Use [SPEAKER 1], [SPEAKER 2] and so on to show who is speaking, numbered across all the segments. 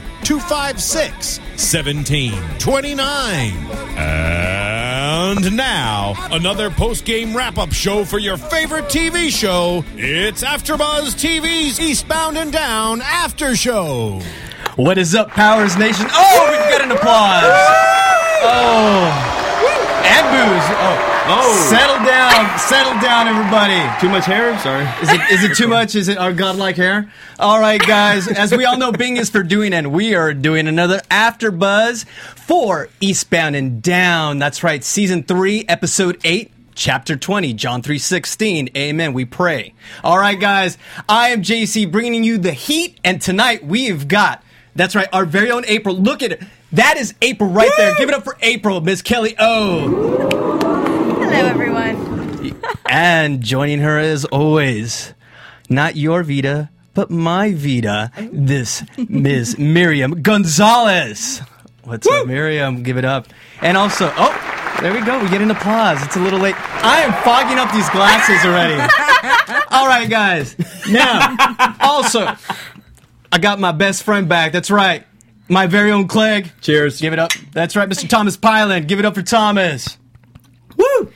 [SPEAKER 1] 1729. And now, another post game wrap up show for your favorite TV show. It's AfterBuzz TV's Eastbound and Down After Show.
[SPEAKER 2] What is up, Powers Nation? Oh, we've got an applause. Oh, and booze. Oh,
[SPEAKER 3] Oh.
[SPEAKER 2] settle down, settle down, everybody.
[SPEAKER 3] Too much hair? Sorry.
[SPEAKER 2] Is it, is it too much? Is it our godlike hair? All right, guys. As we all know, Bing is for doing, and we are doing another After Buzz for Eastbound and Down. That's right, season three, episode eight. Chapter 20, John 3:16. Amen, we pray. All right, guys. I am JC bringing you the heat and tonight we've got that's right, our very own April. Look at it. That is April right there. Give it up for April, Miss Kelly O.
[SPEAKER 4] Hello, everyone.
[SPEAKER 2] And joining her as always, not your Vita, but my Vita, this Ms. Miriam Gonzalez. What's up, Miriam? Give it up. And also, oh, there we go. We get an applause. It's a little late. I am fogging up these glasses already. All right, guys. Now, also, I got my best friend back. That's right. My very own Clegg.
[SPEAKER 3] Cheers.
[SPEAKER 2] Give it up. That's right, Mr. Thomas Pyland. Give it up for Thomas.
[SPEAKER 3] I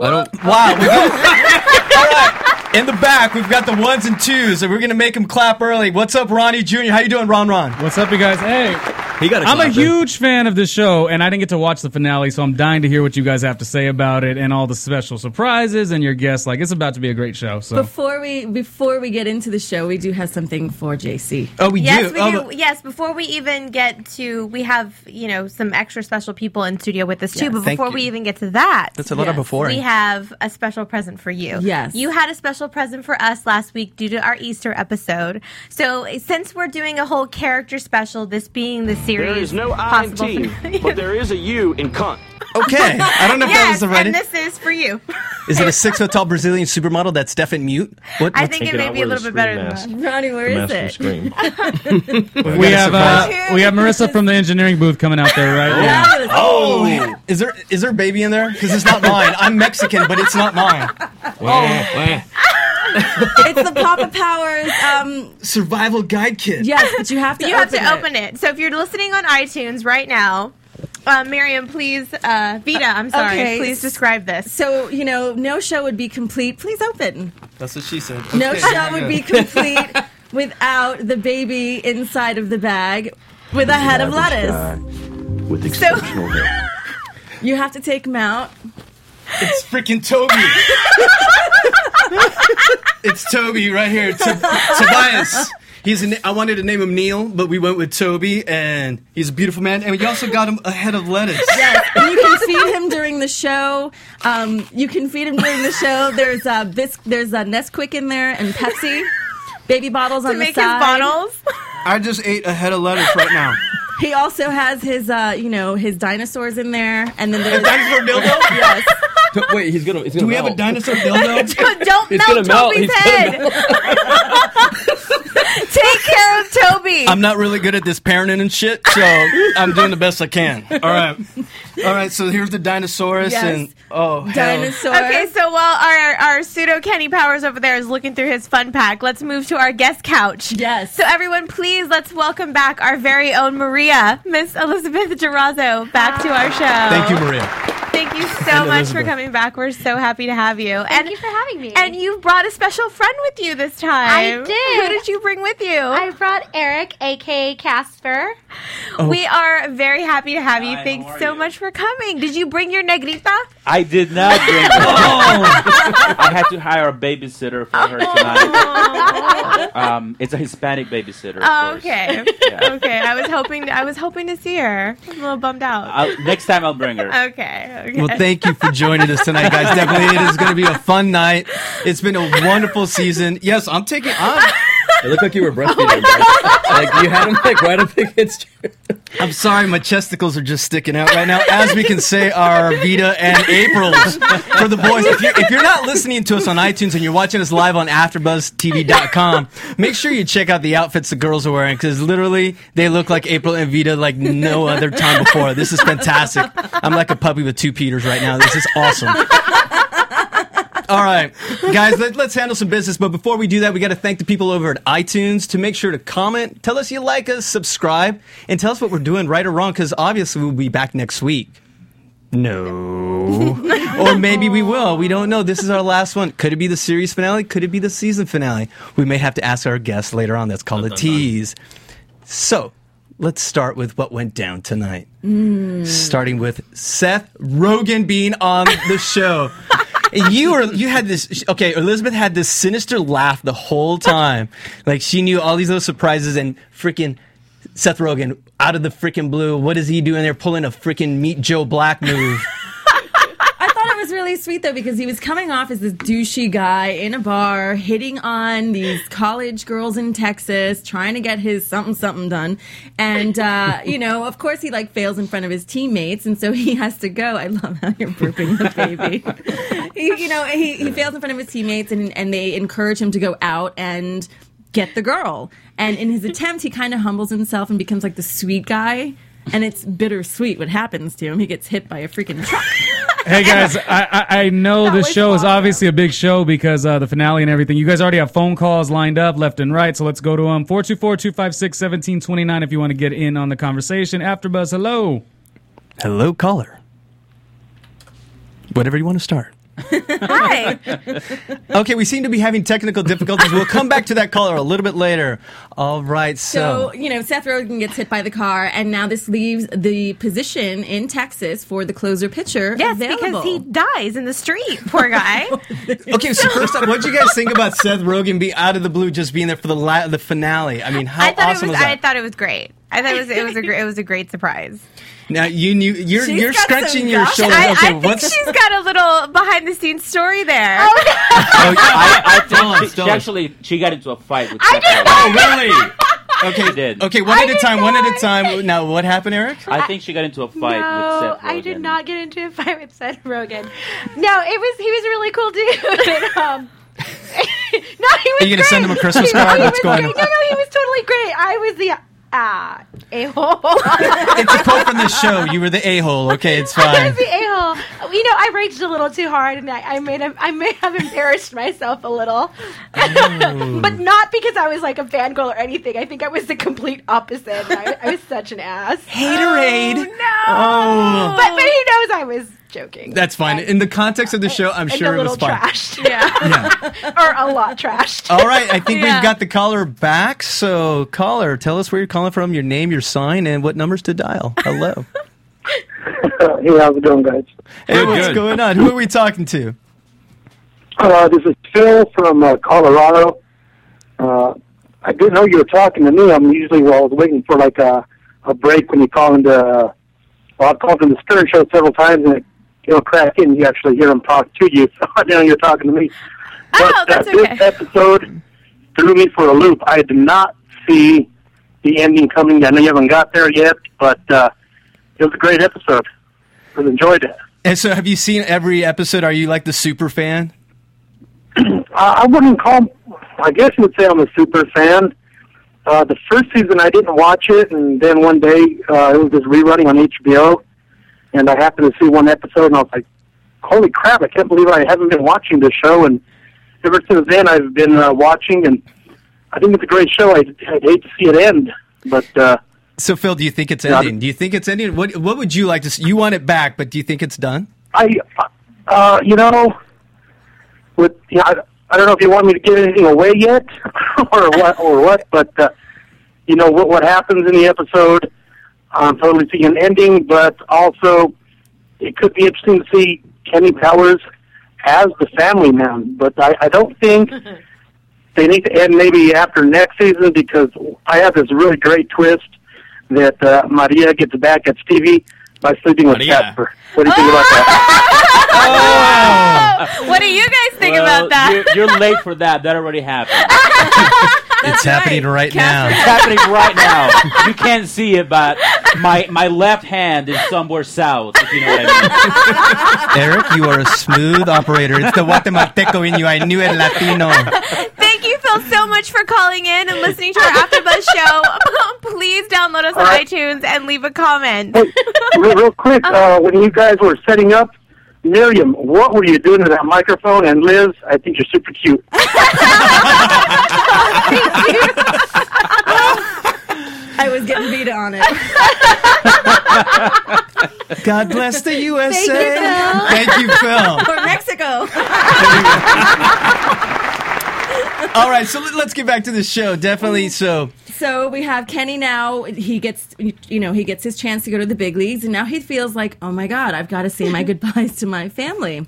[SPEAKER 3] don't.
[SPEAKER 2] Wow. we got- All right. In the back, we've got the ones and twos, and we're gonna make them clap early. What's up, Ronnie Jr.? How you doing, Ron? Ron.
[SPEAKER 5] What's up, you guys? Hey,
[SPEAKER 3] He got.
[SPEAKER 5] I'm a huge fan of this show, and I didn't get to watch the finale, so I'm dying to hear what you guys have to say about it and all the special surprises and your guests. Like, it's about to be a great show. So,
[SPEAKER 6] Before we before we get into the show, we do have something for JC.
[SPEAKER 2] Oh, we
[SPEAKER 4] Yes,
[SPEAKER 2] do.
[SPEAKER 4] we
[SPEAKER 2] Oh,
[SPEAKER 4] do.
[SPEAKER 2] but-
[SPEAKER 4] Yes, before we even get to, we have you know some extra special people in studio with us too. But
[SPEAKER 2] Thank
[SPEAKER 4] before
[SPEAKER 2] you.
[SPEAKER 4] we even get to that,
[SPEAKER 2] That's a lot of
[SPEAKER 6] Yes.
[SPEAKER 2] before.
[SPEAKER 4] we have a special present for you.
[SPEAKER 6] Yes.
[SPEAKER 4] you had a special present for us last week due to our Easter episode. So since we're doing a whole character special, this being the series,
[SPEAKER 7] There is no I in
[SPEAKER 4] possible
[SPEAKER 7] team,
[SPEAKER 4] fin-
[SPEAKER 7] but there is a U in cunt.
[SPEAKER 2] okay. I don't know if that was
[SPEAKER 4] yes,
[SPEAKER 2] the right.
[SPEAKER 4] and this is for you.
[SPEAKER 2] Is it a six foot tall Brazilian supermodel that's deaf and mute? What?
[SPEAKER 4] I
[SPEAKER 2] what's-
[SPEAKER 4] think it
[SPEAKER 7] it
[SPEAKER 4] may
[SPEAKER 7] out,
[SPEAKER 4] be a
[SPEAKER 7] wear
[SPEAKER 4] little
[SPEAKER 7] the
[SPEAKER 4] bit better
[SPEAKER 7] screen
[SPEAKER 4] than
[SPEAKER 7] mask.
[SPEAKER 4] that.
[SPEAKER 6] Ronnie, where is it?
[SPEAKER 7] scream.
[SPEAKER 5] we have uh,
[SPEAKER 4] surprise.
[SPEAKER 5] we have Marissa from the engineering booth coming out there right now.
[SPEAKER 6] That was-
[SPEAKER 2] Oh, is there is there baby in there? Because it's not mine. I'm Mexican, but it's not mine.
[SPEAKER 6] it's the Papa Powers. Um,
[SPEAKER 2] Survival guide kit.
[SPEAKER 6] yes, but you have to
[SPEAKER 4] You have
[SPEAKER 6] open
[SPEAKER 4] to open it. So if you're listening on iTunes right now, uh, Miriam, please, uh, Vita, I'm sorry,
[SPEAKER 6] okay.
[SPEAKER 4] please describe this.
[SPEAKER 6] So you know, no show would be complete. Please open.
[SPEAKER 2] That's what she said.
[SPEAKER 6] No show would be complete without the baby inside of the bag with a head of lettuce.
[SPEAKER 7] With exceptional hair.
[SPEAKER 6] You have to take him out.
[SPEAKER 2] It's freaking Toby. it's Toby right here. To- Tobias. He's. A, na- I wanted to name him Neil, but we went with Toby, and he's a beautiful man. And we also got him a head of lettuce.
[SPEAKER 6] And you can feed him during the show. Um, you can feed him during the show. There's a bisc- there's a Nesquik in there and Pepsi. Baby bottles on
[SPEAKER 4] To
[SPEAKER 6] the
[SPEAKER 4] make his
[SPEAKER 6] side.
[SPEAKER 4] bottles.
[SPEAKER 2] I just ate a head of lettuce right now.
[SPEAKER 6] He also has his, uh, you know, his dinosaurs in there, and then there's
[SPEAKER 2] Dinosaur dildo?
[SPEAKER 6] yes,
[SPEAKER 3] Wait, he's gonna. He's gonna
[SPEAKER 2] Do we have a dinosaur dildo?
[SPEAKER 4] Don't don't
[SPEAKER 3] It's
[SPEAKER 4] melt
[SPEAKER 3] gonna melt.
[SPEAKER 4] Toby's
[SPEAKER 3] It's gonna
[SPEAKER 4] head. Take care of Toby.
[SPEAKER 2] I'm not really good at this parenting and shit, so I'm doing the best I can. All right, all right. So here's the dinosaurus,
[SPEAKER 6] Yes.
[SPEAKER 2] and oh, hell.
[SPEAKER 6] dinosaur.
[SPEAKER 4] Okay, so while our, our pseudo Kenny Powers over there is looking through his fun pack, let's move to our guest couch.
[SPEAKER 6] Yes.
[SPEAKER 4] So everyone, please let's welcome back our very own Maria, Miss Elizabeth Gerrazzo, back to our show.
[SPEAKER 2] Thank you,
[SPEAKER 4] Uh,
[SPEAKER 2] Maria.
[SPEAKER 4] Thank you so
[SPEAKER 2] And
[SPEAKER 4] much
[SPEAKER 2] Elizabeth.
[SPEAKER 4] for coming back. We're so happy to have you.
[SPEAKER 8] Thank
[SPEAKER 4] and
[SPEAKER 8] you for having me.
[SPEAKER 4] and you brought a special friend with you this time.
[SPEAKER 8] I did.
[SPEAKER 4] Who did you bring with you?
[SPEAKER 8] I brought Eric, aka Casper.
[SPEAKER 2] Oh.
[SPEAKER 4] we are very happy to have you. Thanks so much for coming. Did you bring your negrita?
[SPEAKER 9] I did not drink that. I had to hire a babysitter for her tonight. um, it's a Hispanic babysitter. of
[SPEAKER 4] Oh,
[SPEAKER 9] course.
[SPEAKER 4] okay.
[SPEAKER 9] Yeah.
[SPEAKER 4] Okay. I was hoping I was hoping to see her. I'm a little bummed out.
[SPEAKER 9] I'll, next time I'll bring her.
[SPEAKER 4] Okay. okay.
[SPEAKER 2] Well, thank you for joining us tonight, guys. Definitely, it is going to be a fun night. It's been a wonderful season. Yes, I'm taking. I'm,
[SPEAKER 3] It looked like you were breastfeeding. guys. like you had him like right up against.
[SPEAKER 2] I'm sorry, my chesticles are just sticking out right now. As we can say, our Vita and April's for the boys. If you're, if you're not listening to us on iTunes and you're watching us live on AfterBuzzTV.com, make sure you check out the outfits the girls are wearing because literally they look like April and Vita like no other time before. This is fantastic. I'm like a puppy with two Peters right now. This is awesome. All right, guys, let, us handle some business. But before we do that, we got to thank the people over at iTunes to make sure to comment, tell us you like us, subscribe, and tell us what we're doing right or wrong. Because obviously, we'll be back next week. No, or maybe we will. We don't know. This is our last one. Could it be the series finale? Could it be the season finale? We may have to ask our guests later on. That's called a tease. So let's start with what went down tonight
[SPEAKER 4] Mm.
[SPEAKER 2] starting with Seth Rogen being on the show. you were you had this okay. Elizabeth had this sinister laugh the whole time, like she knew all these little surprises and freaking. Seth Rogen out of the freaking blue. What is he doing there? Pulling a freaking Meet Joe Black move.
[SPEAKER 6] I thought it was really sweet though because he was coming off as this douchey guy in a bar, hitting on these college girls in Texas, trying to get his something something done, and uh, you know, of course, he like fails in front of his teammates, and so he has to go. I love how you're burping the baby. he, you know, he, he fails in front of his teammates, and and they encourage him to go out and get the girl. And in his attempt, he kind of humbles himself and becomes like the sweet guy. And it's bittersweet what happens to him. He gets hit by a freaking truck.
[SPEAKER 5] Hey guys, I, I, I know this show is obviously a big show because uh, the finale and everything. You guys already have phone calls lined up left and right, so let's go to them. 424 256 1729 if you want to get in on the conversation. AfterBuzz, hello.
[SPEAKER 2] Hello, caller. Whatever you want to start.
[SPEAKER 4] Hi.
[SPEAKER 2] Okay, we seem to be having technical difficulties. We'll come back to that caller a little bit later. All right,
[SPEAKER 6] So, you know, Seth Rogen gets hit by the car, and now this leaves the position in Texas for the closer pitcher.
[SPEAKER 4] Yes,
[SPEAKER 6] available.
[SPEAKER 4] because he dies in the street. Poor guy.
[SPEAKER 2] Okay, so first up, what do you guys think about Seth Rogen be out of the blue just being there for the la- the finale? I mean, how
[SPEAKER 4] I thought
[SPEAKER 2] awesome
[SPEAKER 4] it was.
[SPEAKER 2] was
[SPEAKER 4] I
[SPEAKER 2] that?
[SPEAKER 4] thought it was great. I thought it was. It was a. gr- It was a great surprise.
[SPEAKER 2] now you knew you're
[SPEAKER 4] She's
[SPEAKER 2] you're
[SPEAKER 4] got
[SPEAKER 2] scratching
[SPEAKER 4] some
[SPEAKER 2] your
[SPEAKER 4] guff.
[SPEAKER 2] shoulders.
[SPEAKER 4] I,
[SPEAKER 2] okay,
[SPEAKER 4] I think
[SPEAKER 2] what's
[SPEAKER 4] she's got a little behind the scenes story there.
[SPEAKER 9] I, I think
[SPEAKER 2] Don't,
[SPEAKER 9] she, she
[SPEAKER 2] don't.
[SPEAKER 9] actually she got into a fight with.
[SPEAKER 4] I Oh,
[SPEAKER 9] Seth
[SPEAKER 4] did
[SPEAKER 9] Rogen.
[SPEAKER 2] really? Okay,
[SPEAKER 9] She did.
[SPEAKER 2] okay, one at a time, one at a time. Now, what happened, Eric?
[SPEAKER 9] I think she got into a fight
[SPEAKER 8] No,
[SPEAKER 9] with Seth Rogen.
[SPEAKER 8] I did not get into a fight with Seth Rogen. No, it was he was a really cool dude. And, um, no, he was.
[SPEAKER 2] Are you gonna
[SPEAKER 8] great.
[SPEAKER 2] send him a Christmas
[SPEAKER 8] He was-
[SPEAKER 2] card?
[SPEAKER 8] he
[SPEAKER 2] What's
[SPEAKER 8] was
[SPEAKER 2] going
[SPEAKER 8] great.
[SPEAKER 2] on?
[SPEAKER 8] No, no, he was totally great. I was the ah a hole.
[SPEAKER 2] It's a quote from the show. You were the a hole. Okay, it's
[SPEAKER 8] I
[SPEAKER 2] fine.
[SPEAKER 8] was the a hole. You know, I raked a little too hard, and I, I made a, I may have embarrassed myself a little, but not because I was like a fangirl or anything. I think I was the complete opposite. I, I was such an ass.
[SPEAKER 2] Haterade.
[SPEAKER 8] But
[SPEAKER 2] Oh,
[SPEAKER 8] but he knows I was joking.
[SPEAKER 2] that's fine. In the context of the show, I'm
[SPEAKER 8] and
[SPEAKER 2] sure
[SPEAKER 8] a
[SPEAKER 2] it was
[SPEAKER 8] little
[SPEAKER 2] fine.
[SPEAKER 8] trashed. Yeah. or a lot trashed.
[SPEAKER 2] All right, I think
[SPEAKER 8] Yeah.
[SPEAKER 2] we've got the caller back. So, caller, tell us where you're calling from, your name, your sign, and what numbers to dial. Hello.
[SPEAKER 10] hey, how's it going, guys?
[SPEAKER 2] Hey, what's
[SPEAKER 10] good.
[SPEAKER 2] going on? Who are we talking to?
[SPEAKER 10] Uh, this is Phil from uh, Colorado. Uh, I didn't know you were talking to me. I'm usually well, I was waiting for like a, a break when you call into. Uh, well, I've called in the Stern Show several times, and it, it'll crack in. You actually hear them talk to you. So I didn't know you're talking to me.
[SPEAKER 4] Oh,
[SPEAKER 10] but,
[SPEAKER 4] that's
[SPEAKER 10] uh,
[SPEAKER 4] okay.
[SPEAKER 10] This episode threw me for a loop. I did not see the ending coming. I know you haven't got there yet, but uh, it was a great episode. I enjoyed it.
[SPEAKER 2] And so, have you seen every episode? Are you like the super fan?
[SPEAKER 10] I I wouldn't call. I guess you would say I'm a super fan. Uh, the first season I didn't watch it, and then one day uh, it was just rerunning on HBO, and I happened to see one episode, and I was like, "Holy crap! I can't believe I haven't been watching this show." And ever since then, I've been uh, watching, and I think it's a great show. I, I'd hate to see it end, but uh,
[SPEAKER 2] So, Phil, do you think it's
[SPEAKER 10] Yeah.
[SPEAKER 2] ending? Do you think it's ending? What What would you like to? See? You want it back, but do you think it's done?
[SPEAKER 10] I, uh, you know, with yeah, I, I don't know if you want me to give anything away yet, or what, or what, but uh, you know what what happens in the episode. I'm totally seeing an ending, but also it could be interesting to see Kenny Powers as the family man, but I, I don't think they need to end maybe after next season because I have this really great twist that uh, Maria gets back at Stevie by sleeping with Casper. What do you think about that?
[SPEAKER 4] What do you guys think about that?
[SPEAKER 9] You're, you're late for that. That already happened.
[SPEAKER 2] it's happening right now.
[SPEAKER 9] It's happening right now. You can't see it, but my my left hand is somewhere south. If you know what I mean.
[SPEAKER 2] Eric, you are a smooth operator. It's the Guatemalteco in you. I knew it, Latino.
[SPEAKER 4] Thank you, Phil, so much for calling in and listening to our AfterBuzz show. Please download us on iTunes and leave a comment.
[SPEAKER 10] real, real quick, uh, when you guys were setting up, Miriam, what were you doing to that microphone? And Liz, I think you're super cute.
[SPEAKER 6] I was getting beat on it.
[SPEAKER 2] God bless the USA. Thank
[SPEAKER 6] Thank
[SPEAKER 2] you, Phil.
[SPEAKER 6] Or Mexico.
[SPEAKER 2] All right, so let- let's get back to the show. Definitely. So,
[SPEAKER 6] So we have Kenny now. He gets, you know, he gets his chance to go to the big leagues, and now he feels like, oh my god, I've got to say my goodbyes to my family.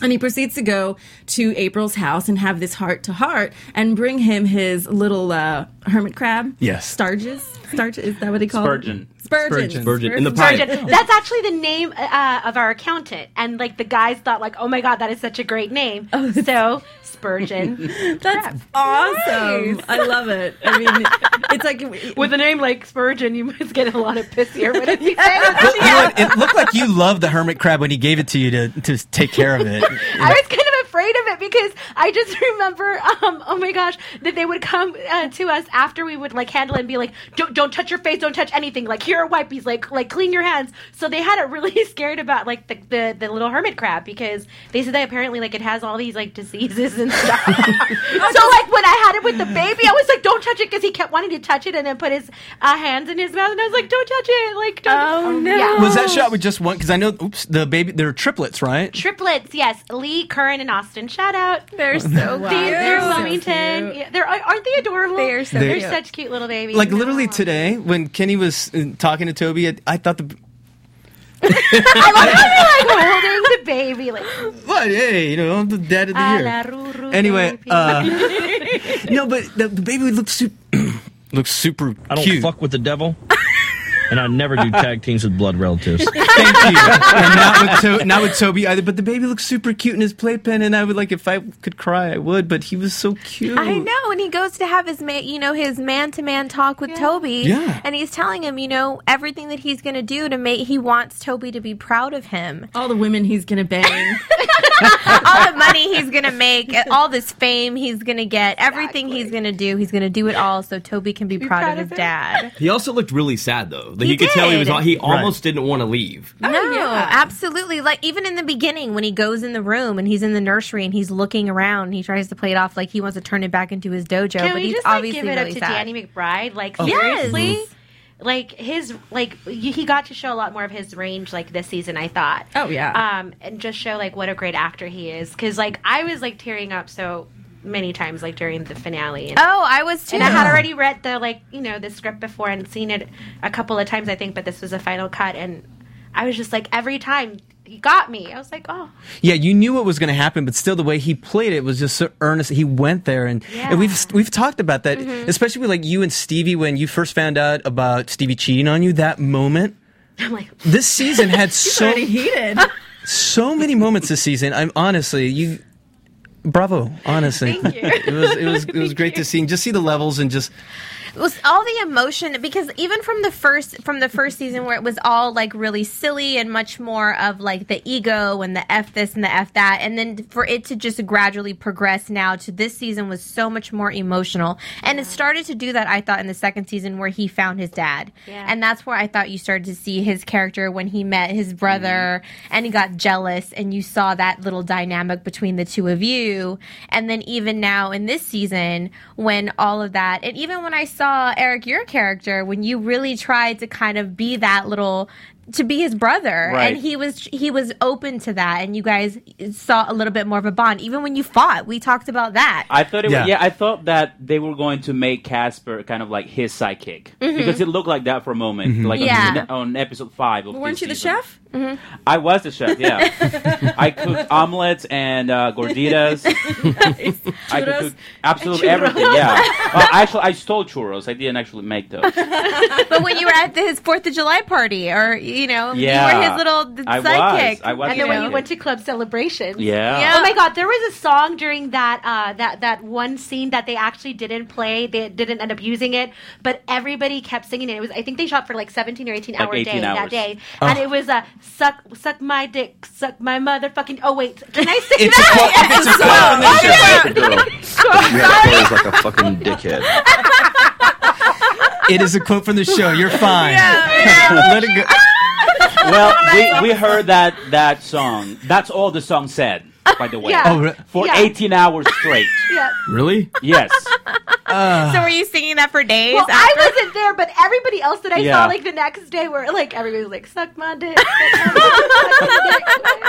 [SPEAKER 6] And he proceeds to go to April's house and have this heart to heart, and bring him his little uh, hermit crab.
[SPEAKER 11] Yes.
[SPEAKER 6] starches. Starch is that what he calls
[SPEAKER 11] Spurgeon.
[SPEAKER 6] It? Spurgeon.
[SPEAKER 11] Spurgeon. Spurgeon. In the pipe.
[SPEAKER 8] Virgin. That's actually the name uh, of our accountant, and like the guys thought, like, oh my god, that is such a great name. so Spurgeon.
[SPEAKER 6] That's awesome. I love it. I mean, it's like
[SPEAKER 8] with a name like Spurgeon, you must get a lot of pissier. What did you
[SPEAKER 2] Look, you know what? it looked like you loved the hermit crab when he gave it to you to, to take care of it.
[SPEAKER 8] I was kind of afraid of it because I just remember, um, oh my gosh, that they would come uh, to us after we would like handle it and be like, don't don't touch your face, don't touch anything. Like here are wipes, like like clean your hands. So they had it really scared about like the the, the little hermit crab because they said that apparently like it has all these like diseases and stuff. so like when I had it with the baby, I was like, don't touch it because he kept wanting to touch it and then put his uh, hands in his mouth and I was like, don't touch it, like don't. Oh no.
[SPEAKER 2] Was that shot with just one? Because I know, oops, the baby, they're triplets, right?
[SPEAKER 8] Triplets, yes. Lee, Curran, and Austin. Shout out. They're
[SPEAKER 2] so
[SPEAKER 8] Wow.
[SPEAKER 2] cute.
[SPEAKER 8] They're
[SPEAKER 2] They're so
[SPEAKER 8] Wilmington. Yeah, they're aren't they adorable? They are
[SPEAKER 2] so
[SPEAKER 8] They're
[SPEAKER 2] cute.
[SPEAKER 8] such cute little babies.
[SPEAKER 2] Like literally today, when Kenny was uh, talking to Toby, I, I thought the
[SPEAKER 8] I love how they're like holding the baby. Like
[SPEAKER 2] what? Hey, you know, I'm the dad of the
[SPEAKER 8] "A
[SPEAKER 2] year.
[SPEAKER 8] la ruru
[SPEAKER 2] Anyway,
[SPEAKER 8] baby."
[SPEAKER 2] uh, no, but the, the baby looked super. Looks super.
[SPEAKER 12] I don't
[SPEAKER 2] cute.
[SPEAKER 12] fuck with the devil, and I never do tag teams with blood relatives.
[SPEAKER 2] and not with, to- not with Toby either. But the baby looks super cute in his playpen, and I would like if I could cry, I would. But he was so cute.
[SPEAKER 4] I know, and he goes to have his man, you know, his man-to-man talk with Toby,
[SPEAKER 2] Yeah.
[SPEAKER 4] and he's telling him, you know, everything that he's going to do to make he wants Toby to be proud of him,
[SPEAKER 6] all the women he's gonna bang,
[SPEAKER 4] all the money he's going to make, all this fame he's going to get, everything he's going to do, he's going to do it all so Toby can be, proud, of his dad.
[SPEAKER 11] He also looked really sad though. That
[SPEAKER 4] He
[SPEAKER 11] you could tell he was
[SPEAKER 4] did.
[SPEAKER 11] he
[SPEAKER 4] Right.
[SPEAKER 11] almost didn't want to leave.
[SPEAKER 4] no, absolutely. Like even in the beginning, when he goes in the room and he's in the nursery and he's looking around, and he tries to play it off like he wants to turn it back into his dojo,
[SPEAKER 8] Can
[SPEAKER 4] but
[SPEAKER 8] we
[SPEAKER 4] he's
[SPEAKER 8] just like
[SPEAKER 4] obviously
[SPEAKER 8] give it up
[SPEAKER 4] really
[SPEAKER 8] to
[SPEAKER 4] sad.
[SPEAKER 8] Danny McBride? Like
[SPEAKER 2] Oh,
[SPEAKER 4] Of course.
[SPEAKER 8] seriously,
[SPEAKER 4] Yes.
[SPEAKER 8] like his like he he got to show a lot more of his range like this season. I thought.
[SPEAKER 6] Oh, yeah.
[SPEAKER 8] Um, and just show like what a great actor he is because like I was like tearing up so many times like during the finale. And,
[SPEAKER 4] Oh, I was too.
[SPEAKER 8] And I had already read the like you know the script before and seen it a couple of times I think, but this was a final cut and I was just like every time he got me, I was like oh
[SPEAKER 2] Yeah, you knew what was going to happen, but still, the way he played it was just so earnest. He went there, and,
[SPEAKER 8] Yeah.
[SPEAKER 2] and we've we've talked about that,
[SPEAKER 4] Mm-hmm.
[SPEAKER 8] Mhm.
[SPEAKER 2] especially with like you and Stevie when you first found out about Stevie cheating on you. That moment,
[SPEAKER 8] I'm like
[SPEAKER 2] this season had so
[SPEAKER 6] pretty heated.
[SPEAKER 2] so many moments this season. I'm honestly you. Bravo, honestly.
[SPEAKER 4] Thank you.
[SPEAKER 2] it was it was it was great to see and just see the levels and just
[SPEAKER 4] It was all the emotion because even from the first from the first season where it was all like really silly and much more of like the ego and the f this and the f that and then for it to just gradually progress now to this season was so much more emotional and it started to do that I thought in the second season where he found his dad and that's where I thought you started to see his character when he met his brother
[SPEAKER 9] Mm-hmm.
[SPEAKER 4] and he got jealous and you saw that little dynamic between the two of you and then even now in this season when all of that and even when i saw eric your character when you really tried to kind of be that little to be his brother,
[SPEAKER 9] Right.
[SPEAKER 4] and he was he was open to that, and you guys saw a little bit more of a bond, even when you fought. We talked about that.
[SPEAKER 9] I thought it
[SPEAKER 4] Yeah.
[SPEAKER 9] was, yeah, I thought that they were going to make Casper kind of like his sidekick
[SPEAKER 6] Mm-hmm.
[SPEAKER 4] Mhm.
[SPEAKER 9] because it looked like that for a moment,
[SPEAKER 4] Mhm.
[SPEAKER 9] like on
[SPEAKER 4] Yeah.
[SPEAKER 9] the- on, episode five. Of
[SPEAKER 6] Weren't
[SPEAKER 9] this
[SPEAKER 6] you the
[SPEAKER 9] season.
[SPEAKER 6] chef? Mm-hmm.
[SPEAKER 9] I was the chef. Yeah, I cooked omelets and uh, gorditas. I could
[SPEAKER 6] Churros
[SPEAKER 9] cook absolutely
[SPEAKER 6] and churros.
[SPEAKER 9] everything. Yeah, well, actually, I stole churros. I didn't actually make those.
[SPEAKER 4] but when you were at the, his Fourth of July party, or you know, you were
[SPEAKER 9] Yeah.
[SPEAKER 4] his little d-
[SPEAKER 9] I was.
[SPEAKER 4] sidekick.
[SPEAKER 9] I was
[SPEAKER 8] and then when
[SPEAKER 9] his
[SPEAKER 8] you went to club celebrations.
[SPEAKER 9] Yeah.
[SPEAKER 4] Yeah.
[SPEAKER 8] Oh my god, there was a song during that uh, that that one scene that they actually didn't play. They didn't end up using it, but everybody kept singing it. It was I think they shot for like 17 or 18
[SPEAKER 9] Like
[SPEAKER 8] hour
[SPEAKER 9] 18
[SPEAKER 8] day
[SPEAKER 9] hours.
[SPEAKER 8] that day,
[SPEAKER 9] Oh.
[SPEAKER 8] and it was uh, suck suck my dick, suck my motherfucking. Oh wait, can I sing
[SPEAKER 13] It's a
[SPEAKER 8] that?
[SPEAKER 13] club- it's a club,
[SPEAKER 8] Oh,
[SPEAKER 13] then
[SPEAKER 8] yeah.
[SPEAKER 13] shut up.
[SPEAKER 12] You have to play as like a fucking dickhead.
[SPEAKER 2] It is a quote from the show. You're fine. Let it go.
[SPEAKER 9] well, we, we heard that that song. That's all the song said, by the way.
[SPEAKER 4] Yeah. Oh, re-
[SPEAKER 9] For
[SPEAKER 4] Yeah.
[SPEAKER 9] 18 hours straight.
[SPEAKER 8] Yeah.
[SPEAKER 9] Really? Yes.
[SPEAKER 2] Uh.
[SPEAKER 4] so were you singing that for days?
[SPEAKER 8] Well, I
[SPEAKER 4] after?
[SPEAKER 8] wasn't there, but everybody else that I
[SPEAKER 9] Yeah.
[SPEAKER 8] saw like the next day were like everybody was like suck my dick.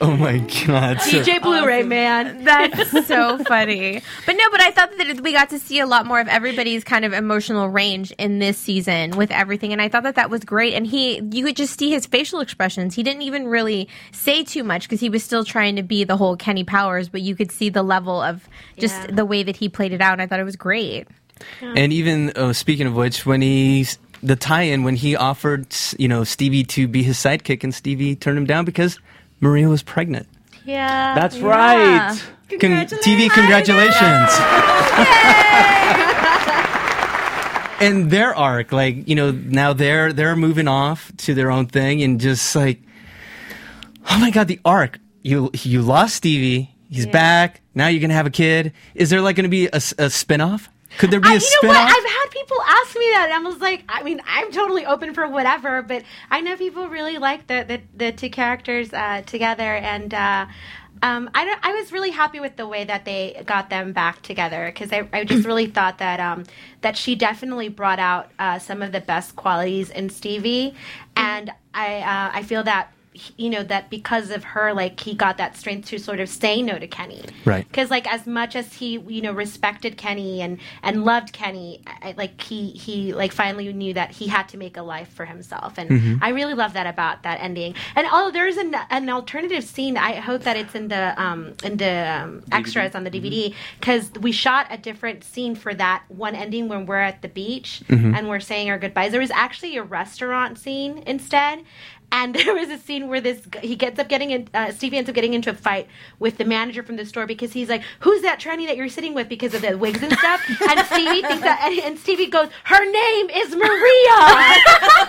[SPEAKER 2] Oh my god. So-
[SPEAKER 8] DJ Blu-ray man,
[SPEAKER 4] Um, that's so funny. But no, but I thought that we got to see a lot more of everybody's kind of emotional range in this season with everything, and I thought that that was great. And he, you could just see his facial expressions. He didn't even really say too much because he was still trying to be the whole Kenny Powers, but you could see the level of just the way that he played it out. And I thought it was great.
[SPEAKER 2] And even uh, speaking of which, when he the tie-in when he offered you know Stevie to be his sidekick, and Stevie turned him down because Maria was pregnant.
[SPEAKER 8] Yeah.
[SPEAKER 9] That's right.
[SPEAKER 2] Con- TV, congratulations. and their arc, like you know, now they're they're moving off to their own thing, and just like, oh my god, the arc. You you lost Stevie. He's back. Now you're gonna have a kid. Is there like gonna be a, s- a spinoff? Could there be a
[SPEAKER 8] I, you know
[SPEAKER 2] spinoff?
[SPEAKER 8] what? I've had people ask me that, and I was like, I mean, I'm totally open for whatever, but I know people really like the the, the two characters uh, together, and uh, um, I don't, I was really happy with the way that they got them back together because I, I just really thought that um, that she definitely brought out uh, some of the best qualities in Stevie, and I uh, I feel that he- you know that because of her, like he got that strength to sort of say no to Kenny,
[SPEAKER 13] Right.
[SPEAKER 8] because like as much as he you know respected kenny and and loved kenny I, I- like he he like finally knew that he had to make a life for himself and
[SPEAKER 13] Mhm.
[SPEAKER 8] i really love that about that ending and oh there's an, an alternative scene i hope that it's in the um in the um, extras on the dvd because we shot a different scene for that one ending when we're at the beach
[SPEAKER 13] Mhm.
[SPEAKER 8] and we're saying our goodbyes there was actually a restaurant scene instead and there was a scene where this g- he gets up getting in uh, Stevie ends up getting into a fight with the manager from the store because he's like, "Who's that tranny that you're sitting with?" Because of the wigs and stuff. And Stevie thinks that, and, and Stevie goes, "Her name is Maria."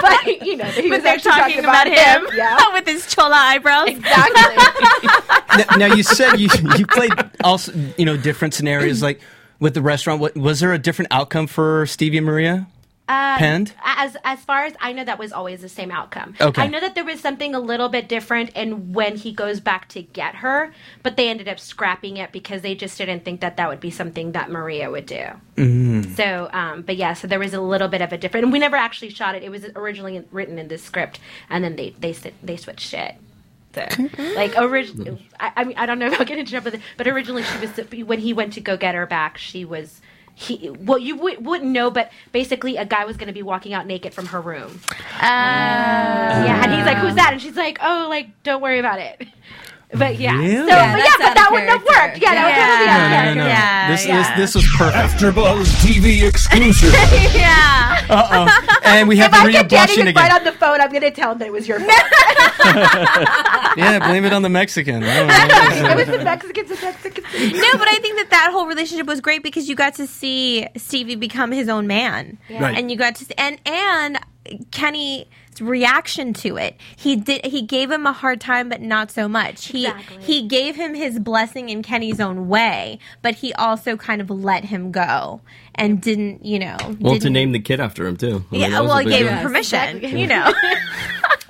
[SPEAKER 8] but you know, he
[SPEAKER 4] But
[SPEAKER 8] was
[SPEAKER 4] they're
[SPEAKER 8] actually
[SPEAKER 4] talking about him,
[SPEAKER 8] Yeah.
[SPEAKER 4] with his chola eyebrows.
[SPEAKER 8] Exactly.
[SPEAKER 2] now, now you said you you played also you know different scenarios like with the restaurant. What was there a different outcome for Stevie and Maria?
[SPEAKER 8] Um,
[SPEAKER 2] Penned?
[SPEAKER 8] As as far as I know, that was always the same outcome.
[SPEAKER 2] Okay.
[SPEAKER 8] I know that there was something a little bit different in when he goes back to get her, but they ended up scrapping it because they just didn't think that that would be something that Maria would do.
[SPEAKER 13] Mm.
[SPEAKER 8] So, um, but yeah, so there was a little bit of a different. And we never actually shot it. It was originally written in the script, and then they they s- they switched it. So, like originally, I, I mean, I don't know if I'll get into trouble, with it, but originally she was when he went to go get her back, she was. He, well, you would, wouldn't know, but basically, a guy was going to be walking out naked from her room.
[SPEAKER 13] Oh.
[SPEAKER 8] yeah, and he's like, "Who's that?" And she's like, "Oh, like, don't worry about it." But yeah,
[SPEAKER 13] Really?
[SPEAKER 8] so but
[SPEAKER 13] Yeah,
[SPEAKER 8] yeah,
[SPEAKER 13] that's
[SPEAKER 8] but that wouldn't have worked. Yeah, that
[SPEAKER 13] No,
[SPEAKER 8] would totally
[SPEAKER 13] no, no.
[SPEAKER 8] have
[SPEAKER 13] Yeah,
[SPEAKER 2] this,
[SPEAKER 13] yeah.
[SPEAKER 2] this this was perfect.
[SPEAKER 14] AfterBuzz TV exclusive.
[SPEAKER 4] yeah.
[SPEAKER 2] Uh oh. And we have
[SPEAKER 8] if
[SPEAKER 2] Maria
[SPEAKER 8] I get Danny
[SPEAKER 2] blushing
[SPEAKER 8] to fight
[SPEAKER 2] again.
[SPEAKER 8] on the phone, I'm going to tell him that it was your fault.
[SPEAKER 2] Yeah, blame it on the Mexican. I don't know.
[SPEAKER 8] it was the Mexicans and Mexicans.
[SPEAKER 4] no, but I think that that whole relationship was great because you got to see Stevie become his own man,
[SPEAKER 2] Yeah. Right.
[SPEAKER 4] and you got to see, and and Kenny's reaction to it. He did he gave him a hard time, but not so much. He he gave him his blessing in Kenny's own way, but he also kind of let him go and didn't, you know,
[SPEAKER 11] Well, to
[SPEAKER 4] didn't
[SPEAKER 11] name the kid after him too. I mean,
[SPEAKER 4] yeah,
[SPEAKER 11] that was
[SPEAKER 4] well,
[SPEAKER 11] a
[SPEAKER 4] it
[SPEAKER 11] big
[SPEAKER 4] gave
[SPEAKER 11] deal.
[SPEAKER 4] him permission,
[SPEAKER 11] Exactly.
[SPEAKER 4] you know.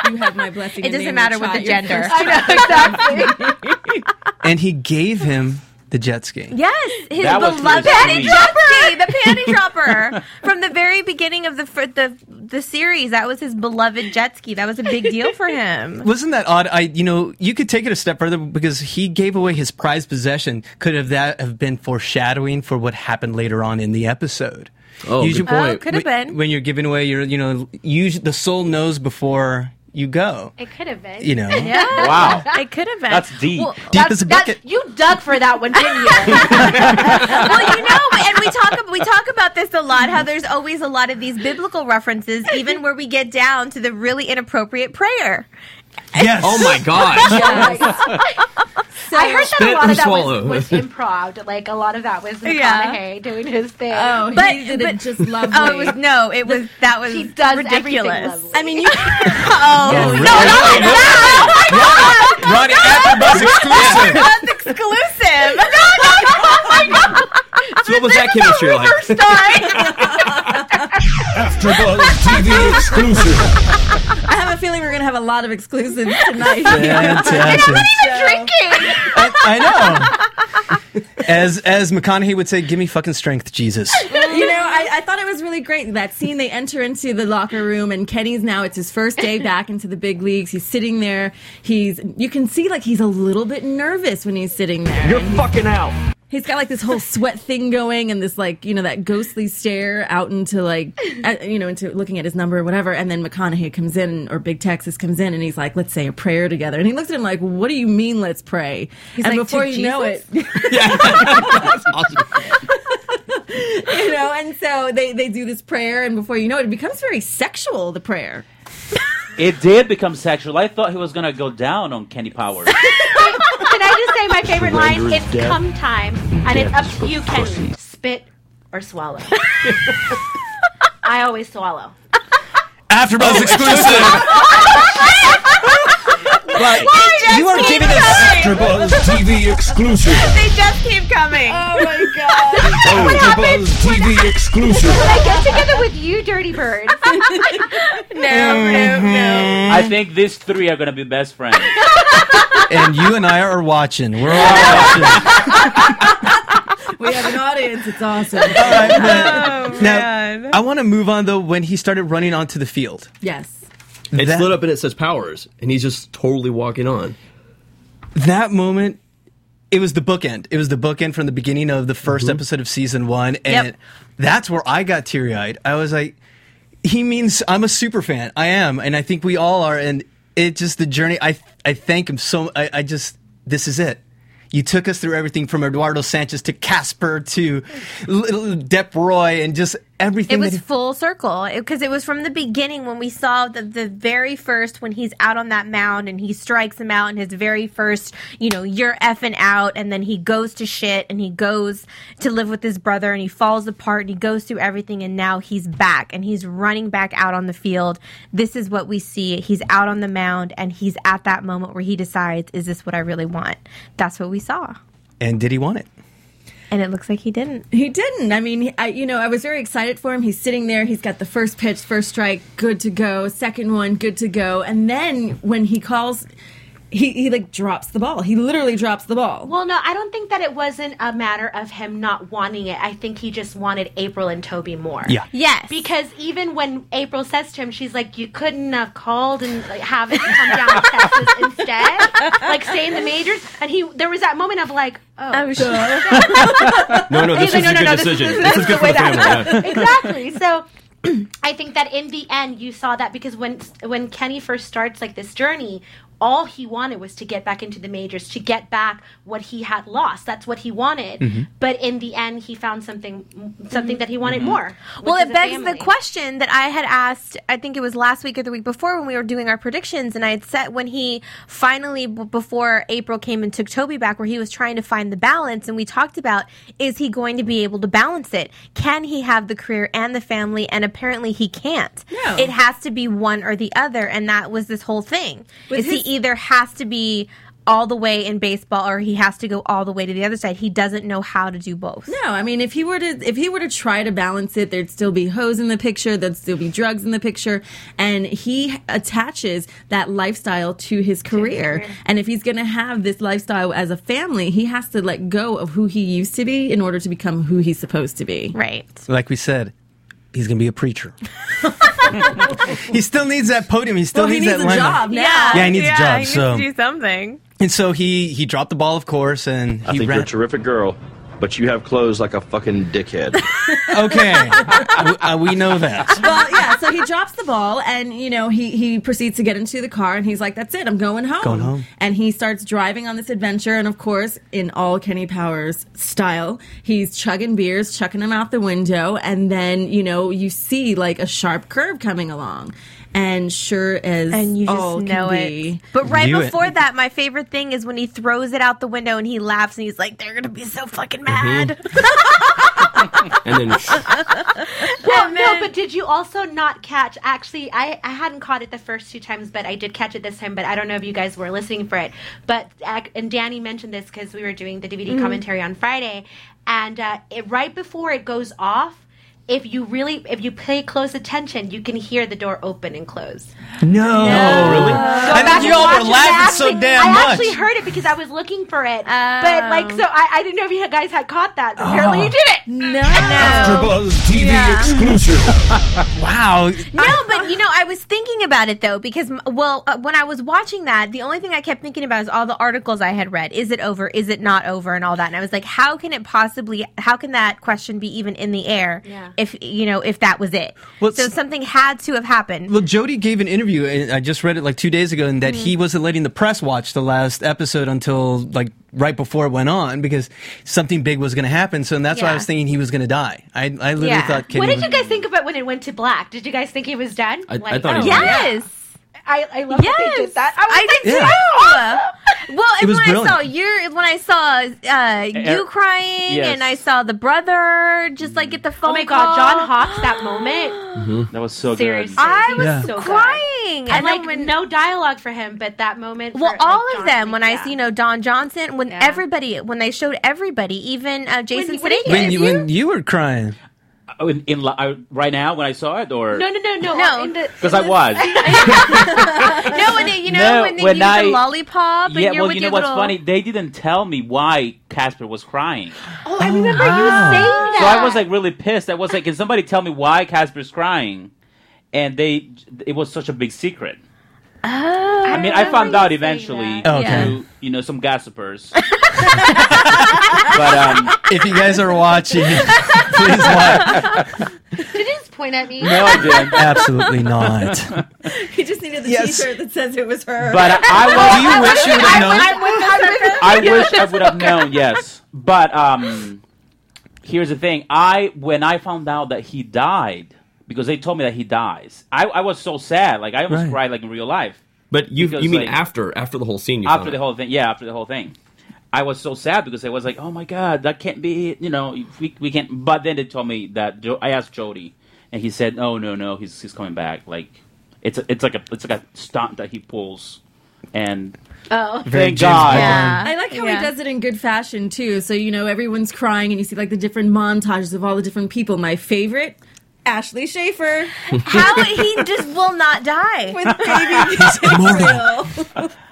[SPEAKER 6] You have my blessing. and
[SPEAKER 4] It doesn't
[SPEAKER 6] name
[SPEAKER 4] matter
[SPEAKER 6] of
[SPEAKER 4] what the
[SPEAKER 6] child you're
[SPEAKER 4] gender.
[SPEAKER 6] first.
[SPEAKER 8] I know, exactly.
[SPEAKER 2] and he gave him The jet ski.
[SPEAKER 4] Yes, his
[SPEAKER 2] That was
[SPEAKER 4] beloved
[SPEAKER 2] his
[SPEAKER 4] panty
[SPEAKER 2] dream.
[SPEAKER 4] dropper, the panty dropper from the very beginning of the fir- the the series. That was his beloved jet ski. That was a big deal for him.
[SPEAKER 2] Wasn't that odd? I, you know, you could take it a step further because he gave away his prized possession. Could have that have been foreshadowing for what happened later on in the episode?
[SPEAKER 4] Oh, good point. Oh, could have
[SPEAKER 2] When-
[SPEAKER 4] been.
[SPEAKER 2] When you're giving away your, you know, use the soul knows before you go.
[SPEAKER 8] It could have been.
[SPEAKER 2] You know.
[SPEAKER 8] Yeah.
[SPEAKER 2] Wow.
[SPEAKER 4] It could have been.
[SPEAKER 2] That's deep.
[SPEAKER 4] Well,
[SPEAKER 2] Deep
[SPEAKER 8] that's-
[SPEAKER 2] as a
[SPEAKER 8] that's-
[SPEAKER 2] bucket.
[SPEAKER 8] You dug for that one, didn't you?
[SPEAKER 4] well, you know, and we talk we talk about this a lot. How there's always a lot of these biblical references, even where we get down to the really inappropriate prayer.
[SPEAKER 11] Yes. Oh my gosh.
[SPEAKER 8] I heard that a
[SPEAKER 11] Spit
[SPEAKER 8] lot
[SPEAKER 11] or
[SPEAKER 8] of that was,
[SPEAKER 11] swallow?
[SPEAKER 8] was improv. Like a lot of that was McConaughey
[SPEAKER 4] Yeah.
[SPEAKER 8] doing his thing.
[SPEAKER 6] Oh, he But- did it but- just lovely.
[SPEAKER 4] Oh, it was no, it was that was
[SPEAKER 8] He does everything
[SPEAKER 4] ridiculous.
[SPEAKER 8] lovely.
[SPEAKER 4] I mean, you. oh
[SPEAKER 2] Oh,
[SPEAKER 4] no,
[SPEAKER 2] really?
[SPEAKER 4] not like that! Oh my god!
[SPEAKER 2] Ronnie Afterbuzz exclusive.
[SPEAKER 4] That's exclusive. No, no, no. Oh my god.
[SPEAKER 11] So what was that chemistry like?
[SPEAKER 14] AfterBuzz TV exclusive.
[SPEAKER 6] I have a feeling we're gonna have a lot of exclusives tonight.
[SPEAKER 2] Fantastic. And
[SPEAKER 8] I'm drinking.
[SPEAKER 2] I know. As as McConaughey would say, "Give me fucking strength, Jesus."
[SPEAKER 6] you know, I, I thought it was really great that scene. They enter into the locker room, and Kenny's now it's his first day back into the big leagues. He's sitting there. He's you can see like he's a little bit nervous when he's sitting there.
[SPEAKER 13] You're fucking out.
[SPEAKER 6] He's got like this whole sweat thing going, and this like you know that ghostly stare out into like at, you know into looking at his number or whatever. And then McConaughey comes in, or Big Texas comes in, and he's like, "Let's say a prayer together." And he looks at him like, "What do you mean, let's pray?"
[SPEAKER 4] He's
[SPEAKER 6] and
[SPEAKER 4] like, "To
[SPEAKER 6] before you know it,
[SPEAKER 4] Jesus?"
[SPEAKER 6] you know and so they they do this prayer and before you know it it becomes very sexual the prayer
[SPEAKER 9] It did become sexual. I thought he was gonna go down on Kenny Powers.
[SPEAKER 8] Can I just say my favorite line?
[SPEAKER 9] Surrender is
[SPEAKER 8] It's
[SPEAKER 9] death.
[SPEAKER 8] come time, and it's up
[SPEAKER 9] Death is
[SPEAKER 8] to
[SPEAKER 9] for
[SPEAKER 8] you, Kenny.
[SPEAKER 9] pussy.
[SPEAKER 8] Spit or swallow. I always swallow.
[SPEAKER 2] AfterBuzz exclusive.
[SPEAKER 14] Like,
[SPEAKER 4] Why
[SPEAKER 14] you are
[SPEAKER 4] does he
[SPEAKER 14] giving us
[SPEAKER 4] die?
[SPEAKER 14] AfterBuzz TV exclusive.
[SPEAKER 4] They just keep coming.
[SPEAKER 8] Oh my god!
[SPEAKER 4] Oh
[SPEAKER 14] Oh, AfterBuzz TV exclusive.
[SPEAKER 8] When I get together with you, Dirty Bird.
[SPEAKER 4] no,
[SPEAKER 11] Mm.
[SPEAKER 4] no, no.
[SPEAKER 2] Mm-hmm.
[SPEAKER 9] I think these three are gonna be best friends.
[SPEAKER 2] and you and I are watching. We're all watching.
[SPEAKER 6] we have an audience it's awesome
[SPEAKER 4] Oh,
[SPEAKER 2] Now, I want to move on though. When he started running onto the field,
[SPEAKER 6] yes
[SPEAKER 11] It's
[SPEAKER 2] That-
[SPEAKER 11] lit up and it says powers, and he's just totally walking on.
[SPEAKER 2] that moment, it was the bookend. It was the bookend from the beginning of the 1st
[SPEAKER 11] Mm-hmm.
[SPEAKER 2] episode of season one, and
[SPEAKER 4] Yep.
[SPEAKER 2] that's where I got teary eyed. I was like, he means I'm a super fan. I am, and I think we all are. And it just the journey. I I thank him so. I, I just this is it. You took us through everything from Eduardo Sanchez to Casper to L- Depp Roy and just everything.
[SPEAKER 4] It
[SPEAKER 2] that
[SPEAKER 4] was
[SPEAKER 2] he-
[SPEAKER 4] full circle because it, was from the beginning when we saw the, the very first when he's out on that mound and he strikes him out in his very first, you know, you're effing out, and then he goes to shit and he goes to live with his brother and he falls apart and he goes through everything and now he's back and he's running back out on the field. This is what we see. He's out on the mound and he's at that moment where he decides, is this what I really want? That's what we saw,
[SPEAKER 2] and did he want it?
[SPEAKER 4] and it looks like he didn't.
[SPEAKER 6] he didn't i mean he- I, you know i was very excited for him he's sitting there he's got the first pitch first strike good to go second one good to go and then when he calls he, he like drops the ball he literally drops the ball
[SPEAKER 8] Well, no, I don't think that it wasn't a matter of him not wanting it. I think he just wanted April and Toby more.
[SPEAKER 2] Yeah.
[SPEAKER 4] Yes.
[SPEAKER 8] Because even when April says to him, she's like, "You couldn't have called and like, have it come down to Texas instead, like stay in the majors." And he, there was that moment of like, "Oh,
[SPEAKER 11] No, no, this
[SPEAKER 8] He's like,
[SPEAKER 11] is
[SPEAKER 8] no,
[SPEAKER 11] a good
[SPEAKER 8] no, no, this is- this
[SPEAKER 11] decision. This
[SPEAKER 8] is
[SPEAKER 11] is good
[SPEAKER 8] the
[SPEAKER 11] for
[SPEAKER 8] way
[SPEAKER 11] the family.
[SPEAKER 8] that-
[SPEAKER 11] yeah.
[SPEAKER 8] exactly. So I think that in the end, you saw that because when when Kenny first starts like this journey, all he wanted was to get back into the majors, to get back what he had lost. That's what he wanted.
[SPEAKER 4] Mhm.
[SPEAKER 8] But in the end, he found something something that he
[SPEAKER 4] Mm-hmm.
[SPEAKER 8] wanted more. which
[SPEAKER 4] Well,
[SPEAKER 8] is
[SPEAKER 4] it
[SPEAKER 8] a
[SPEAKER 4] begs
[SPEAKER 8] family.
[SPEAKER 4] the question that I had asked. I think it was last week or the week before when we were doing our predictions, and I had said when he finally, b- before April came and took Toby back, where he was trying to find the balance, and we talked about is he going to be able to balance it? Can he have the career and the family? And apparently, he can't.
[SPEAKER 6] No.
[SPEAKER 4] It has to be one or the other, and that was this whole thing.
[SPEAKER 6] With
[SPEAKER 4] is
[SPEAKER 6] his-
[SPEAKER 4] he either has to be all the way in baseball or he has to go all the way to the other side. He doesn't know how to do both.
[SPEAKER 6] No, I mean if he were to if he were to try to balance it, there'd still be hoes in the picture, there'd still be drugs in the picture, and he attaches that lifestyle to his career. And if he's going to have this lifestyle as a family, he has to let go of who he used to be in order to become who he's supposed to be.
[SPEAKER 4] Right.
[SPEAKER 2] Like we said, he's going to be a preacher. he still needs that podium. He still
[SPEAKER 6] Well, he
[SPEAKER 2] needs,
[SPEAKER 6] needs
[SPEAKER 2] that
[SPEAKER 6] a
[SPEAKER 2] lineup.
[SPEAKER 6] job now.
[SPEAKER 4] Yeah,
[SPEAKER 2] Yeah, he needs a
[SPEAKER 4] yeah,
[SPEAKER 2] job,
[SPEAKER 4] He needs
[SPEAKER 2] so-
[SPEAKER 4] to do something.
[SPEAKER 2] And so he he dropped the ball, of course, and he
[SPEAKER 12] I think
[SPEAKER 2] ran.
[SPEAKER 12] you're a terrific girl, but you have clothes like a fucking dickhead.
[SPEAKER 2] okay, We- uh, we know that.
[SPEAKER 6] well, yeah. So he drops the ball, and you know he he proceeds to get into the car, and he's like, "That's it, I'm going home."
[SPEAKER 2] Going home.
[SPEAKER 6] And he starts driving on this adventure, and of course, in all Kenny Powers style, he's chugging beers, chucking them out the window, and then you know you see like a sharp curve coming along, and sure as
[SPEAKER 4] And you just
[SPEAKER 6] all can
[SPEAKER 4] know it.
[SPEAKER 6] be.
[SPEAKER 4] But right before that, my favorite thing is when he throws it out the window and he laughs and he's like, "They're gonna be so fucking mad."
[SPEAKER 11] And then
[SPEAKER 8] Well, no, but did you also not catch? Actually, I, I hadn't caught it the first two times, but I did catch it this time. But I don't know if you guys were listening for it. But ac- and Danny mentioned this because we were doing the DVD
[SPEAKER 4] Mhm.
[SPEAKER 8] commentary on Friday, and uh, it, right before it goes off. If you really, if you pay close attention, you can hear the door open and close.
[SPEAKER 2] No, Oh, really. I
[SPEAKER 8] back
[SPEAKER 2] think you
[SPEAKER 8] and
[SPEAKER 2] all
[SPEAKER 8] watch
[SPEAKER 2] were
[SPEAKER 8] it.
[SPEAKER 2] laughing
[SPEAKER 8] I
[SPEAKER 2] so
[SPEAKER 8] actually-
[SPEAKER 2] damn
[SPEAKER 8] I
[SPEAKER 2] much.
[SPEAKER 8] actually heard it because I was looking for it, but like, so I, I didn't know if you guys had caught that. but Apparently,
[SPEAKER 2] Oh.
[SPEAKER 8] you did it.
[SPEAKER 6] No,
[SPEAKER 14] AfterBuzz TV
[SPEAKER 4] Yeah.
[SPEAKER 14] exclusive.
[SPEAKER 2] wow.
[SPEAKER 4] No, but you know, I was thinking about it though because well, uh, when I was watching that, the only thing I kept thinking about is all the articles I had read. Is it over? Is it not over? And all that. And I was like, how can it possibly? How can that question be even in the air?
[SPEAKER 2] Yeah.
[SPEAKER 4] If you know, if that was it.
[SPEAKER 2] Well,
[SPEAKER 4] so
[SPEAKER 2] it's-
[SPEAKER 4] something had to have happened.
[SPEAKER 2] Well, Jody gave an interview, and I just read it like two days ago, and that
[SPEAKER 4] Mm-hmm.
[SPEAKER 2] he wasn't letting the press watch the last episode until like right before it went on because something big was going to happen. So, and that's why I
[SPEAKER 8] Yeah.
[SPEAKER 2] was thinking he was going to die. I, I literally thought, Kenny
[SPEAKER 8] What did
[SPEAKER 2] was-
[SPEAKER 8] you guys think about when it went to black? Did you guys think he was done?
[SPEAKER 2] I- I thought he was
[SPEAKER 4] yes.
[SPEAKER 8] I, I love that they did that. I was
[SPEAKER 4] did
[SPEAKER 8] like,
[SPEAKER 4] too. Oh. Well,
[SPEAKER 8] It
[SPEAKER 4] and
[SPEAKER 8] was
[SPEAKER 4] when
[SPEAKER 8] brilliant.
[SPEAKER 4] I saw your, when I saw uh, you crying,
[SPEAKER 9] yes.
[SPEAKER 4] and I saw the brother just like get the phone.
[SPEAKER 8] Oh my god,
[SPEAKER 4] call.
[SPEAKER 8] John Hawks, that moment.
[SPEAKER 2] mm-hmm.
[SPEAKER 9] That was so
[SPEAKER 8] Seriously,
[SPEAKER 9] good.
[SPEAKER 4] I was
[SPEAKER 9] Yeah.
[SPEAKER 8] so
[SPEAKER 4] crying,
[SPEAKER 8] and, like no dialogue for him, but that moment.
[SPEAKER 4] Well,
[SPEAKER 8] for,
[SPEAKER 4] all
[SPEAKER 8] like, John-
[SPEAKER 4] of them. When I, see, you know, Don Johnson, when everybody, when they showed everybody, even uh, Jason Sudeikis.
[SPEAKER 2] when you, when you were crying.
[SPEAKER 9] Oh, in, in li- I, right now when I saw it, or
[SPEAKER 8] No, no, no, no. No, in the,
[SPEAKER 9] because I was.
[SPEAKER 4] no, and it- you know,
[SPEAKER 9] No,
[SPEAKER 4] when they
[SPEAKER 9] when
[SPEAKER 4] use the
[SPEAKER 9] I-
[SPEAKER 4] lollipop, and
[SPEAKER 9] yeah,
[SPEAKER 4] you're
[SPEAKER 9] well,
[SPEAKER 4] with
[SPEAKER 9] you know
[SPEAKER 4] your
[SPEAKER 9] what's
[SPEAKER 4] little-
[SPEAKER 9] funny? They didn't tell me why Casper was crying.
[SPEAKER 8] Oh, I remember you saying that.
[SPEAKER 9] So I was like really pissed. I was like, can somebody tell me why Casper's crying? And they, it was such a big secret.
[SPEAKER 4] Oh,
[SPEAKER 9] I mean, I found out eventually
[SPEAKER 2] that. Okay.
[SPEAKER 9] through, you know, some gossipers. but um,
[SPEAKER 2] if you guys are watching, please watch.
[SPEAKER 8] Did you just point at me?
[SPEAKER 2] Absolutely not.
[SPEAKER 6] he just needed the
[SPEAKER 8] Yes.
[SPEAKER 6] T-shirt that says it was her.
[SPEAKER 9] But I- I was- Do you wish you would've
[SPEAKER 6] I
[SPEAKER 9] known?
[SPEAKER 6] wish-
[SPEAKER 9] I wish I would have known. Yes, but um, here's the thing. I when I found out that he died because they told me that he dies. I, I was so sad. Like I almost
[SPEAKER 11] Right.
[SPEAKER 9] cried like in real life.
[SPEAKER 11] But you
[SPEAKER 9] Because,
[SPEAKER 11] you mean
[SPEAKER 9] like-
[SPEAKER 11] after after the whole scene? You
[SPEAKER 9] after
[SPEAKER 11] found
[SPEAKER 9] the
[SPEAKER 11] out.
[SPEAKER 9] whole thing. Yeah, after the whole thing. I was so sad because I was like, "Oh my god, that can't be." it," You know, we, we can't. But then they told me that Jo- I asked Jody, and he said, "No, no, no, he's he's coming back." Like, it's a, it's like a it's like a stunt that he pulls, and
[SPEAKER 8] Oh,
[SPEAKER 9] Very Thank James God. Bond. Yeah.
[SPEAKER 4] Uh-huh.
[SPEAKER 6] I like how
[SPEAKER 8] Yeah.
[SPEAKER 6] he does it in good fashion too. So you know everyone's crying, and you see like the different montages of all the different people. My favorite, Ashley Schaefer.
[SPEAKER 4] how he just will not die with
[SPEAKER 6] baby.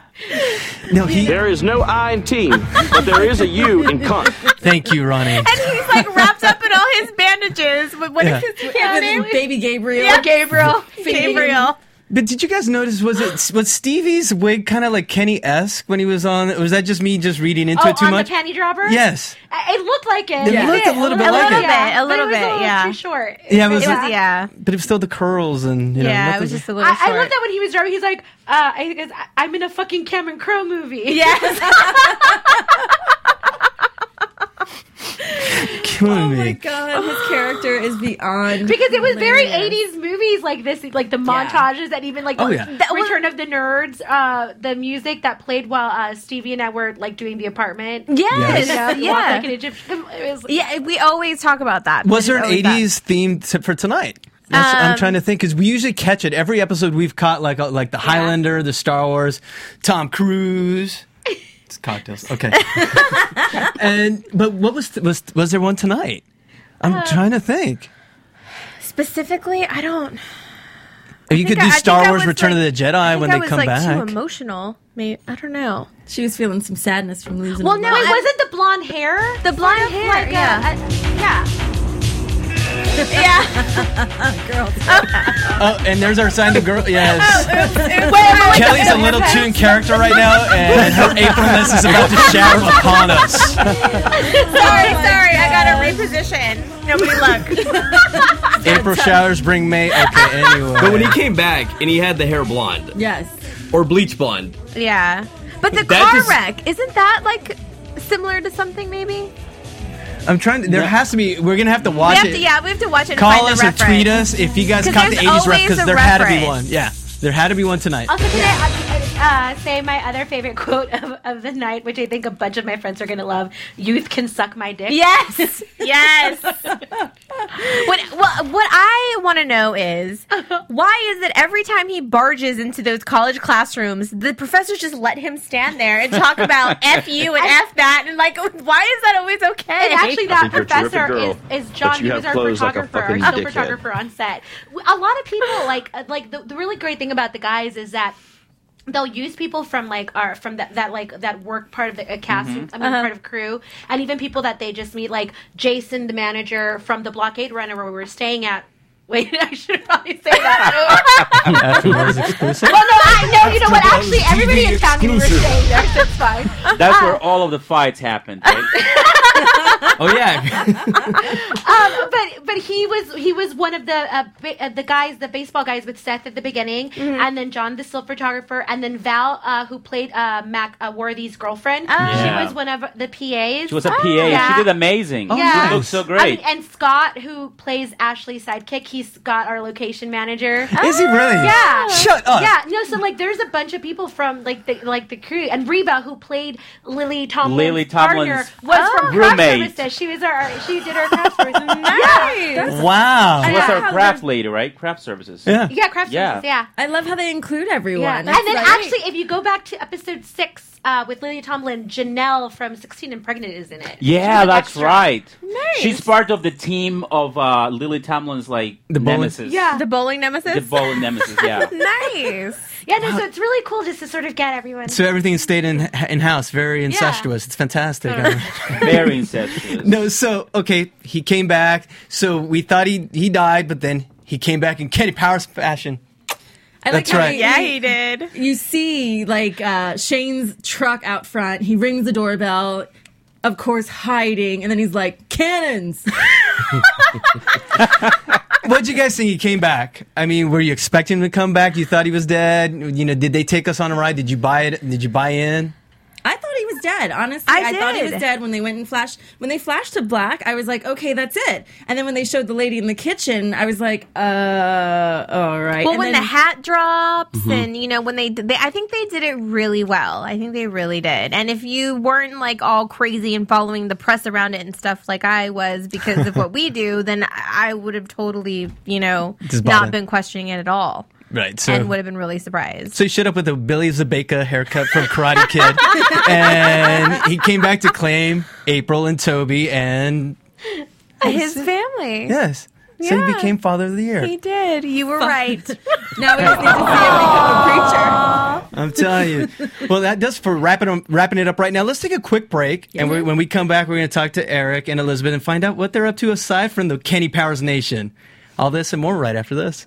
[SPEAKER 2] No, he.
[SPEAKER 7] There is no I in team, but there is a U in cunt.
[SPEAKER 2] Thank you, Ronnie.
[SPEAKER 4] and he's like wrapped up in all his bandages. With, what is
[SPEAKER 2] Yeah.
[SPEAKER 4] his
[SPEAKER 6] With
[SPEAKER 4] name?
[SPEAKER 6] baby Gabriel.
[SPEAKER 4] Yeah, Gabriel.
[SPEAKER 6] Baby.
[SPEAKER 4] Gabriel.
[SPEAKER 2] But did you guys notice was it was Stevie's wig kind of like Kenny esque when he was on? Or was that just me just reading into
[SPEAKER 8] oh,
[SPEAKER 2] it too
[SPEAKER 8] on
[SPEAKER 2] much?
[SPEAKER 8] the panty dropper.
[SPEAKER 2] Yes.
[SPEAKER 8] I- it looked like it.
[SPEAKER 2] It looked a little bit like it.
[SPEAKER 4] A
[SPEAKER 8] but
[SPEAKER 4] little
[SPEAKER 8] it was
[SPEAKER 4] bit,
[SPEAKER 8] a little
[SPEAKER 4] yeah.
[SPEAKER 8] Too short.
[SPEAKER 2] Yeah, it was,
[SPEAKER 4] yeah.
[SPEAKER 2] But it was still the curls and you know.
[SPEAKER 4] Yeah, it was
[SPEAKER 2] nothing-
[SPEAKER 4] just a little
[SPEAKER 8] I, I love
[SPEAKER 4] short.
[SPEAKER 8] that when he was driving, he's like, uh, I think it's, I- I'm in a fucking Cameron Crowe movie.
[SPEAKER 4] Yes.
[SPEAKER 2] killing
[SPEAKER 8] Oh
[SPEAKER 2] me.
[SPEAKER 6] God, his character is beyond
[SPEAKER 8] because it was very
[SPEAKER 6] hilarious.
[SPEAKER 8] 80s movies like this, like the montages and even like
[SPEAKER 6] Oh, yeah.
[SPEAKER 8] the Return of the Nerds, uh, the music that played while uh, Stevie and I were like doing the apartment.
[SPEAKER 4] Yes,
[SPEAKER 8] You know,
[SPEAKER 4] yeah.
[SPEAKER 8] walk like an Egyptian. It was,
[SPEAKER 4] Yeah, we always talk about that.
[SPEAKER 2] Was
[SPEAKER 4] It's
[SPEAKER 2] there an
[SPEAKER 4] always
[SPEAKER 2] '80s
[SPEAKER 4] that.
[SPEAKER 2] theme t- for tonight? That's- I'm
[SPEAKER 4] Um,
[SPEAKER 2] trying to think because we usually catch it every episode. We've caught like uh, like the Highlander, the Star Wars, Tom Cruise. It's cocktails. Okay. and but what was was was there one tonight? I'm
[SPEAKER 4] Uh,
[SPEAKER 2] trying to think.
[SPEAKER 4] Specifically, I don't.
[SPEAKER 2] If you
[SPEAKER 4] think
[SPEAKER 2] could do
[SPEAKER 4] I- I think
[SPEAKER 2] Star
[SPEAKER 4] I
[SPEAKER 2] Wars:
[SPEAKER 4] was,
[SPEAKER 2] Return of the
[SPEAKER 4] like-
[SPEAKER 2] Jedi
[SPEAKER 4] I think
[SPEAKER 2] when
[SPEAKER 4] I
[SPEAKER 2] they
[SPEAKER 4] was,
[SPEAKER 2] come
[SPEAKER 4] like,
[SPEAKER 2] back.
[SPEAKER 4] Too emotional. Maybe I don't know.
[SPEAKER 6] She was feeling some sadness from losing.
[SPEAKER 8] Well,
[SPEAKER 6] her
[SPEAKER 8] no,
[SPEAKER 6] mom.
[SPEAKER 8] it wasn't the blonde hair. The blonde hair, yeah,
[SPEAKER 4] yeah,
[SPEAKER 6] girl.
[SPEAKER 2] Oh, and there's our sign. The girl. Yes.
[SPEAKER 8] Wait,
[SPEAKER 2] Kelly's a little too in character right now, and her apronless is about to shower upon us.
[SPEAKER 4] sorry, sorry. I got to reposition. Nobody look.
[SPEAKER 2] April showers bring May. Okay, anyway.
[SPEAKER 11] But when he came back and he had the hair blonde
[SPEAKER 6] yes.
[SPEAKER 11] or bleach blonde,
[SPEAKER 4] Yeah. But the
[SPEAKER 11] That
[SPEAKER 4] car
[SPEAKER 11] just-
[SPEAKER 4] wreck, isn't that like similar to something maybe?
[SPEAKER 2] I'm trying. To, there has to be. We're gonna have to watch
[SPEAKER 4] we have
[SPEAKER 2] it.
[SPEAKER 4] to, yeah, we have to watch it. and
[SPEAKER 2] Call
[SPEAKER 4] find
[SPEAKER 2] us
[SPEAKER 4] the
[SPEAKER 2] or
[SPEAKER 4] reference.
[SPEAKER 2] tweet us if you guys
[SPEAKER 4] 'Cause
[SPEAKER 2] caught the
[SPEAKER 4] there's
[SPEAKER 2] 80s ref
[SPEAKER 4] always
[SPEAKER 2] because
[SPEAKER 4] a
[SPEAKER 2] there had to be
[SPEAKER 4] reference.
[SPEAKER 2] one. Yeah, there had to be one tonight.
[SPEAKER 8] Also, can I uh, uh, say my other favorite quote of, of the night, which I think a bunch of my friends are going to love? Youth can suck my dick.
[SPEAKER 4] Yes, yes. What, what, what I want to know is why is it every time he barges into those college classrooms, the professors just let him stand there and talk about F you and F that? And like, why is that always okay?
[SPEAKER 8] And actually,
[SPEAKER 7] I
[SPEAKER 8] that
[SPEAKER 7] think you're a terrific
[SPEAKER 8] professor
[SPEAKER 7] girl,
[SPEAKER 8] is, is
[SPEAKER 7] but
[SPEAKER 8] John.
[SPEAKER 7] you
[SPEAKER 8] He
[SPEAKER 7] have
[SPEAKER 8] was our
[SPEAKER 7] clothes like a
[SPEAKER 8] photographer, our
[SPEAKER 7] fucking
[SPEAKER 8] still
[SPEAKER 7] dickhead.
[SPEAKER 8] photographer on set. A lot of people like uh, like the, the really great thing about the guys is that. They'll use people from like our from that, that like that work part of the uh, cast,
[SPEAKER 4] Mhm.
[SPEAKER 7] Mm-hmm.
[SPEAKER 8] I mean part of crew, and even people that they just meet, like Jason, the manager from the blockade runner where we were staying at. Wait, I should probably say that.
[SPEAKER 2] Afterwards exclusive.
[SPEAKER 8] well, no, I, no, you know what?
[SPEAKER 9] After
[SPEAKER 8] Actually,
[SPEAKER 9] those
[SPEAKER 8] everybody
[SPEAKER 9] TV
[SPEAKER 8] in town we were
[SPEAKER 9] exclusive.
[SPEAKER 8] staying there, so it's fine.
[SPEAKER 9] That's
[SPEAKER 8] Uh-uh.
[SPEAKER 9] where all of the fights happened. Right?
[SPEAKER 11] oh yeah,
[SPEAKER 8] um, but but he was he was one of the uh, ba- uh, the guys the baseball guys with Seth at the beginning, and then John the still photographer, and then Val uh, who played uh, Mac uh, Worthy's girlfriend.
[SPEAKER 9] Yeah.
[SPEAKER 8] She was one of the Oh, PAs.
[SPEAKER 9] She was a PA. She did amazing.
[SPEAKER 8] Yeah.
[SPEAKER 9] She looked Oh, so
[SPEAKER 8] I mean,
[SPEAKER 9] great.
[SPEAKER 8] and Scott, who plays Ashley's sidekick, he's Scott, our location manager.
[SPEAKER 9] Is he really?
[SPEAKER 8] Yeah.
[SPEAKER 9] Shut up.
[SPEAKER 8] Yeah. No. So like, there's a bunch of people from like the like the crew, and Reba, who played Lily Tomlin's
[SPEAKER 9] Lily
[SPEAKER 8] partner,
[SPEAKER 9] Tomlin's
[SPEAKER 8] was from craft
[SPEAKER 9] roommate.
[SPEAKER 8] services. She was our she did our craft services. Yeah.
[SPEAKER 2] Wow.
[SPEAKER 9] She was
[SPEAKER 8] Yeah.
[SPEAKER 9] our craft lady, right? Craft services.
[SPEAKER 8] Yeah, craft services. Yeah.
[SPEAKER 6] I love how they include everyone.
[SPEAKER 8] Yeah.
[SPEAKER 6] It's
[SPEAKER 8] And then
[SPEAKER 6] like-
[SPEAKER 8] actually, if you go back to episode six uh, with Lily Tomlin, Janelle from 16 and Pregnant is in it. She's
[SPEAKER 9] Yeah,
[SPEAKER 8] an
[SPEAKER 9] that's
[SPEAKER 8] extra.
[SPEAKER 9] right. She's part of the team of uh, Lily Tomlin's like the nemesis.
[SPEAKER 4] the bowling nemesis.
[SPEAKER 9] The bowling nemesis, yeah.
[SPEAKER 4] nice.
[SPEAKER 8] Yeah, no, so it's really cool just to sort of get everyone.
[SPEAKER 2] So everything stayed in in house, very incestuous. It's fantastic.
[SPEAKER 9] Very incestuous.
[SPEAKER 2] no, so okay, he came back. So we thought he he died, but then he came back in Kenny Powers fashion.
[SPEAKER 6] I like
[SPEAKER 2] That's
[SPEAKER 6] how
[SPEAKER 2] right.
[SPEAKER 6] you-
[SPEAKER 4] Yeah, he did.
[SPEAKER 6] You see, like uh, Shane's truck out front. He rings the doorbell, of course hiding, and then he's like, "Cannons!"
[SPEAKER 2] What'd you guys think he came back? I mean, were you expecting him to come back? You thought he was dead? You know, did they take us on a ride? Did you buy it? Did you buy in?
[SPEAKER 6] I thought he was dead. Honestly,
[SPEAKER 4] I
[SPEAKER 6] I, thought he
[SPEAKER 4] did.
[SPEAKER 6] was dead when they went and flashed. When they flashed to black, I was like, "Okay, that's it." And then when they showed the lady in the kitchen, I was like, "Uh, all right."
[SPEAKER 4] Well,
[SPEAKER 6] And
[SPEAKER 4] when
[SPEAKER 6] then-
[SPEAKER 4] the hat drops,
[SPEAKER 2] Mm-hmm.
[SPEAKER 6] Mhm.
[SPEAKER 4] and you know, when they, did- they, I think they did it really well. I think they really did. And if you weren't like all crazy and following the press around it and stuff like I was because of what we do, then I I would have totally, you know,
[SPEAKER 2] Just bought
[SPEAKER 4] not
[SPEAKER 2] it.
[SPEAKER 4] been questioning it at all,
[SPEAKER 2] Right. So
[SPEAKER 4] and would have been really surprised.
[SPEAKER 2] So he showed up with a Billy Zabeka haircut from Karate Kid, and he came back to claim April and Toby, and
[SPEAKER 4] His family,
[SPEAKER 2] yes, so he
[SPEAKER 4] Yeah.
[SPEAKER 2] became Father of the Year.
[SPEAKER 4] he did. You were right.
[SPEAKER 6] now we just need to see him become a preacher.
[SPEAKER 2] I'm telling you. Well, that does for wrapping wrapping it up right now. Let's take a quick break, and we, when we come back, we're going to talk to Eric and Elizabeth and find out what they're up to aside from the Kenny Powers Nation. All this and more right after this.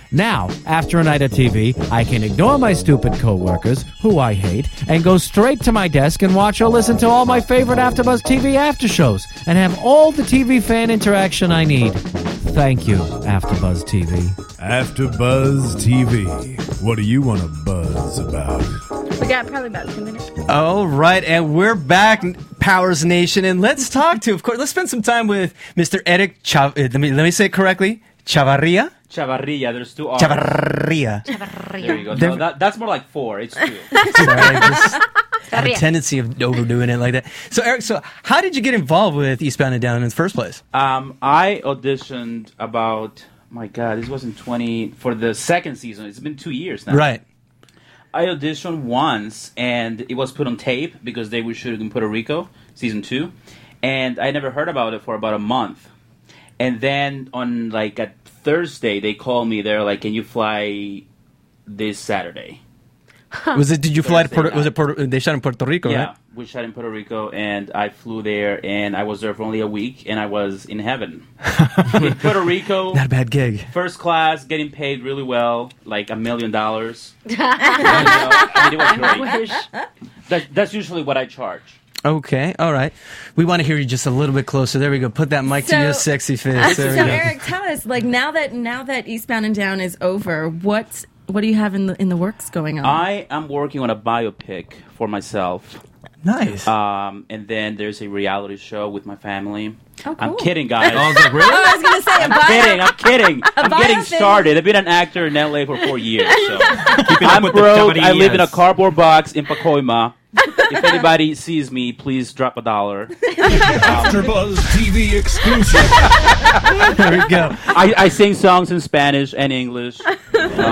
[SPEAKER 15] Now, after a night of TV, I can ignore my stupid coworkers, who I hate, and go straight to my desk and watch or listen to all my favorite AfterBuzz TV after shows and have all the TV fan interaction I need. Thank you, AfterBuzz TV.
[SPEAKER 16] After Buzz TV. What do you want to buzz about?
[SPEAKER 4] We got probably about two minutes.
[SPEAKER 2] All right, and we're back, Powers Nation, and let's talk to, of course, let's spend some time with Mr. Eric Chav. uh, Let me let me say it correctly, Chavarria.
[SPEAKER 9] Chavarria, there's two R's.
[SPEAKER 2] Chavarria.
[SPEAKER 9] There you go. No, that, that's more like four. It's two.
[SPEAKER 2] I have a tendency of overdoing it like that. So, Eric, so how did you get involved with Eastbound and Down in the first place?
[SPEAKER 9] Um, I auditioned about my God, this was in twenty for the second season. It's been two years now.
[SPEAKER 2] Right.
[SPEAKER 9] I auditioned once and it was put on tape because they were shooting in Puerto Rico, season two, and I never heard about it for about a month. And then on like a Thursday, they called me. They're like, "Can you fly this Saturday?"
[SPEAKER 2] Was it? Did you fly to
[SPEAKER 9] Thursday
[SPEAKER 2] Puerto?
[SPEAKER 9] night.
[SPEAKER 2] Was it Puerto? They shot in Puerto Rico,
[SPEAKER 9] yeah,
[SPEAKER 2] right?
[SPEAKER 9] we shot in Puerto Rico, and I flew there, and I was there for only a week, and I was in heaven in Puerto Rico.
[SPEAKER 2] Not a bad gig.
[SPEAKER 9] First class, getting paid really well, like a million dollars. You know, I mean, it was great. That, that's usually what I charge.
[SPEAKER 2] Okay, all right. We want to hear you just a little bit closer. There we go. Put that mic to your
[SPEAKER 6] So- uh,
[SPEAKER 2] sexy face.
[SPEAKER 6] so
[SPEAKER 2] There we go.
[SPEAKER 6] Eric, tell us, like now that now that Eastbound and Down is over, what what do you have in the in the works going on?
[SPEAKER 9] I am working on a biopic for myself.
[SPEAKER 2] Nice.
[SPEAKER 9] Um, and then there's a reality show with my family.
[SPEAKER 6] Oh,
[SPEAKER 9] I'm
[SPEAKER 6] cool.
[SPEAKER 9] kidding, guys.
[SPEAKER 6] Oh, is it really? I was gonna say a
[SPEAKER 9] I'm
[SPEAKER 6] bio-
[SPEAKER 9] kidding. I'm kidding.
[SPEAKER 6] a
[SPEAKER 9] I'm getting
[SPEAKER 6] biopic.
[SPEAKER 9] started. I've been an actor in LA for four years. So. I'm broke. I live in a cardboard box in Pacoima. if anybody sees me, please drop a dollar.
[SPEAKER 16] AfterBuzz TV exclusive.
[SPEAKER 2] there we go.
[SPEAKER 9] I, I sing songs in Spanish and English.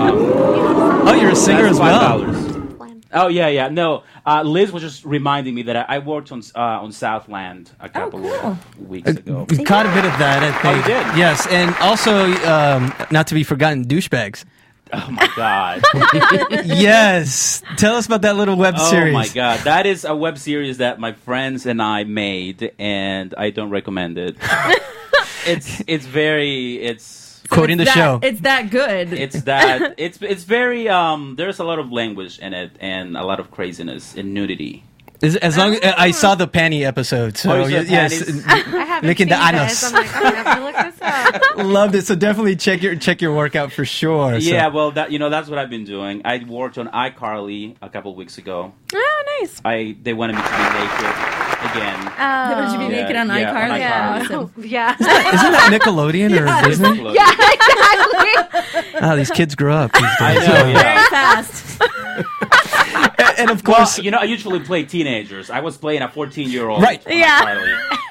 [SPEAKER 2] oh, you're a singer as well.
[SPEAKER 9] Oh yeah, yeah. No, uh, Liz was just reminding me that I, I worked on uh, on Southland a couple of
[SPEAKER 2] Uh,
[SPEAKER 9] weeks ago.
[SPEAKER 2] We caught a bit of that, I think.
[SPEAKER 9] you did?
[SPEAKER 2] Yes, and also, um, not to be forgotten, douchebags.
[SPEAKER 9] Oh my god.
[SPEAKER 2] yes. Tell us about that little web
[SPEAKER 9] oh
[SPEAKER 2] series.
[SPEAKER 9] my god, that is a web series that my friends and I made, and I don't recommend it. it's it's very it's
[SPEAKER 2] Quoting the
[SPEAKER 6] That-
[SPEAKER 2] show.
[SPEAKER 6] It's that good.
[SPEAKER 9] It's that it's it's very um. There's a lot of language in it and a lot of craziness and nudity.
[SPEAKER 2] Is- As long as I saw the panty episode, so
[SPEAKER 9] Oh, you saw
[SPEAKER 2] y-
[SPEAKER 9] the
[SPEAKER 2] yes,
[SPEAKER 9] panties?
[SPEAKER 2] n- licking the anus. Loved it. So definitely check your check your workout for sure. so-
[SPEAKER 9] Yeah, well, that you know that's what I've been doing. I worked on iCarly a couple weeks ago.
[SPEAKER 4] Oh, nice.
[SPEAKER 9] I they wanted me to be naked again.
[SPEAKER 4] Oh.
[SPEAKER 6] Would you be naked on
[SPEAKER 9] yeah,
[SPEAKER 6] iCarly?
[SPEAKER 9] on
[SPEAKER 6] Yeah.
[SPEAKER 9] iCarly.
[SPEAKER 6] Awesome.
[SPEAKER 4] Yeah.
[SPEAKER 2] Isn't that Nickelodeon or
[SPEAKER 9] Yeah.
[SPEAKER 2] Disney?
[SPEAKER 9] Nickelodeon.
[SPEAKER 4] yeah, exactly.
[SPEAKER 2] Oh, these kids grow up. These
[SPEAKER 9] I
[SPEAKER 2] days.
[SPEAKER 9] know, yeah.
[SPEAKER 6] Very fast.
[SPEAKER 2] and of course,
[SPEAKER 9] you know, I usually play teenagers. I was playing a 14 year old.
[SPEAKER 2] Right.
[SPEAKER 4] Yeah.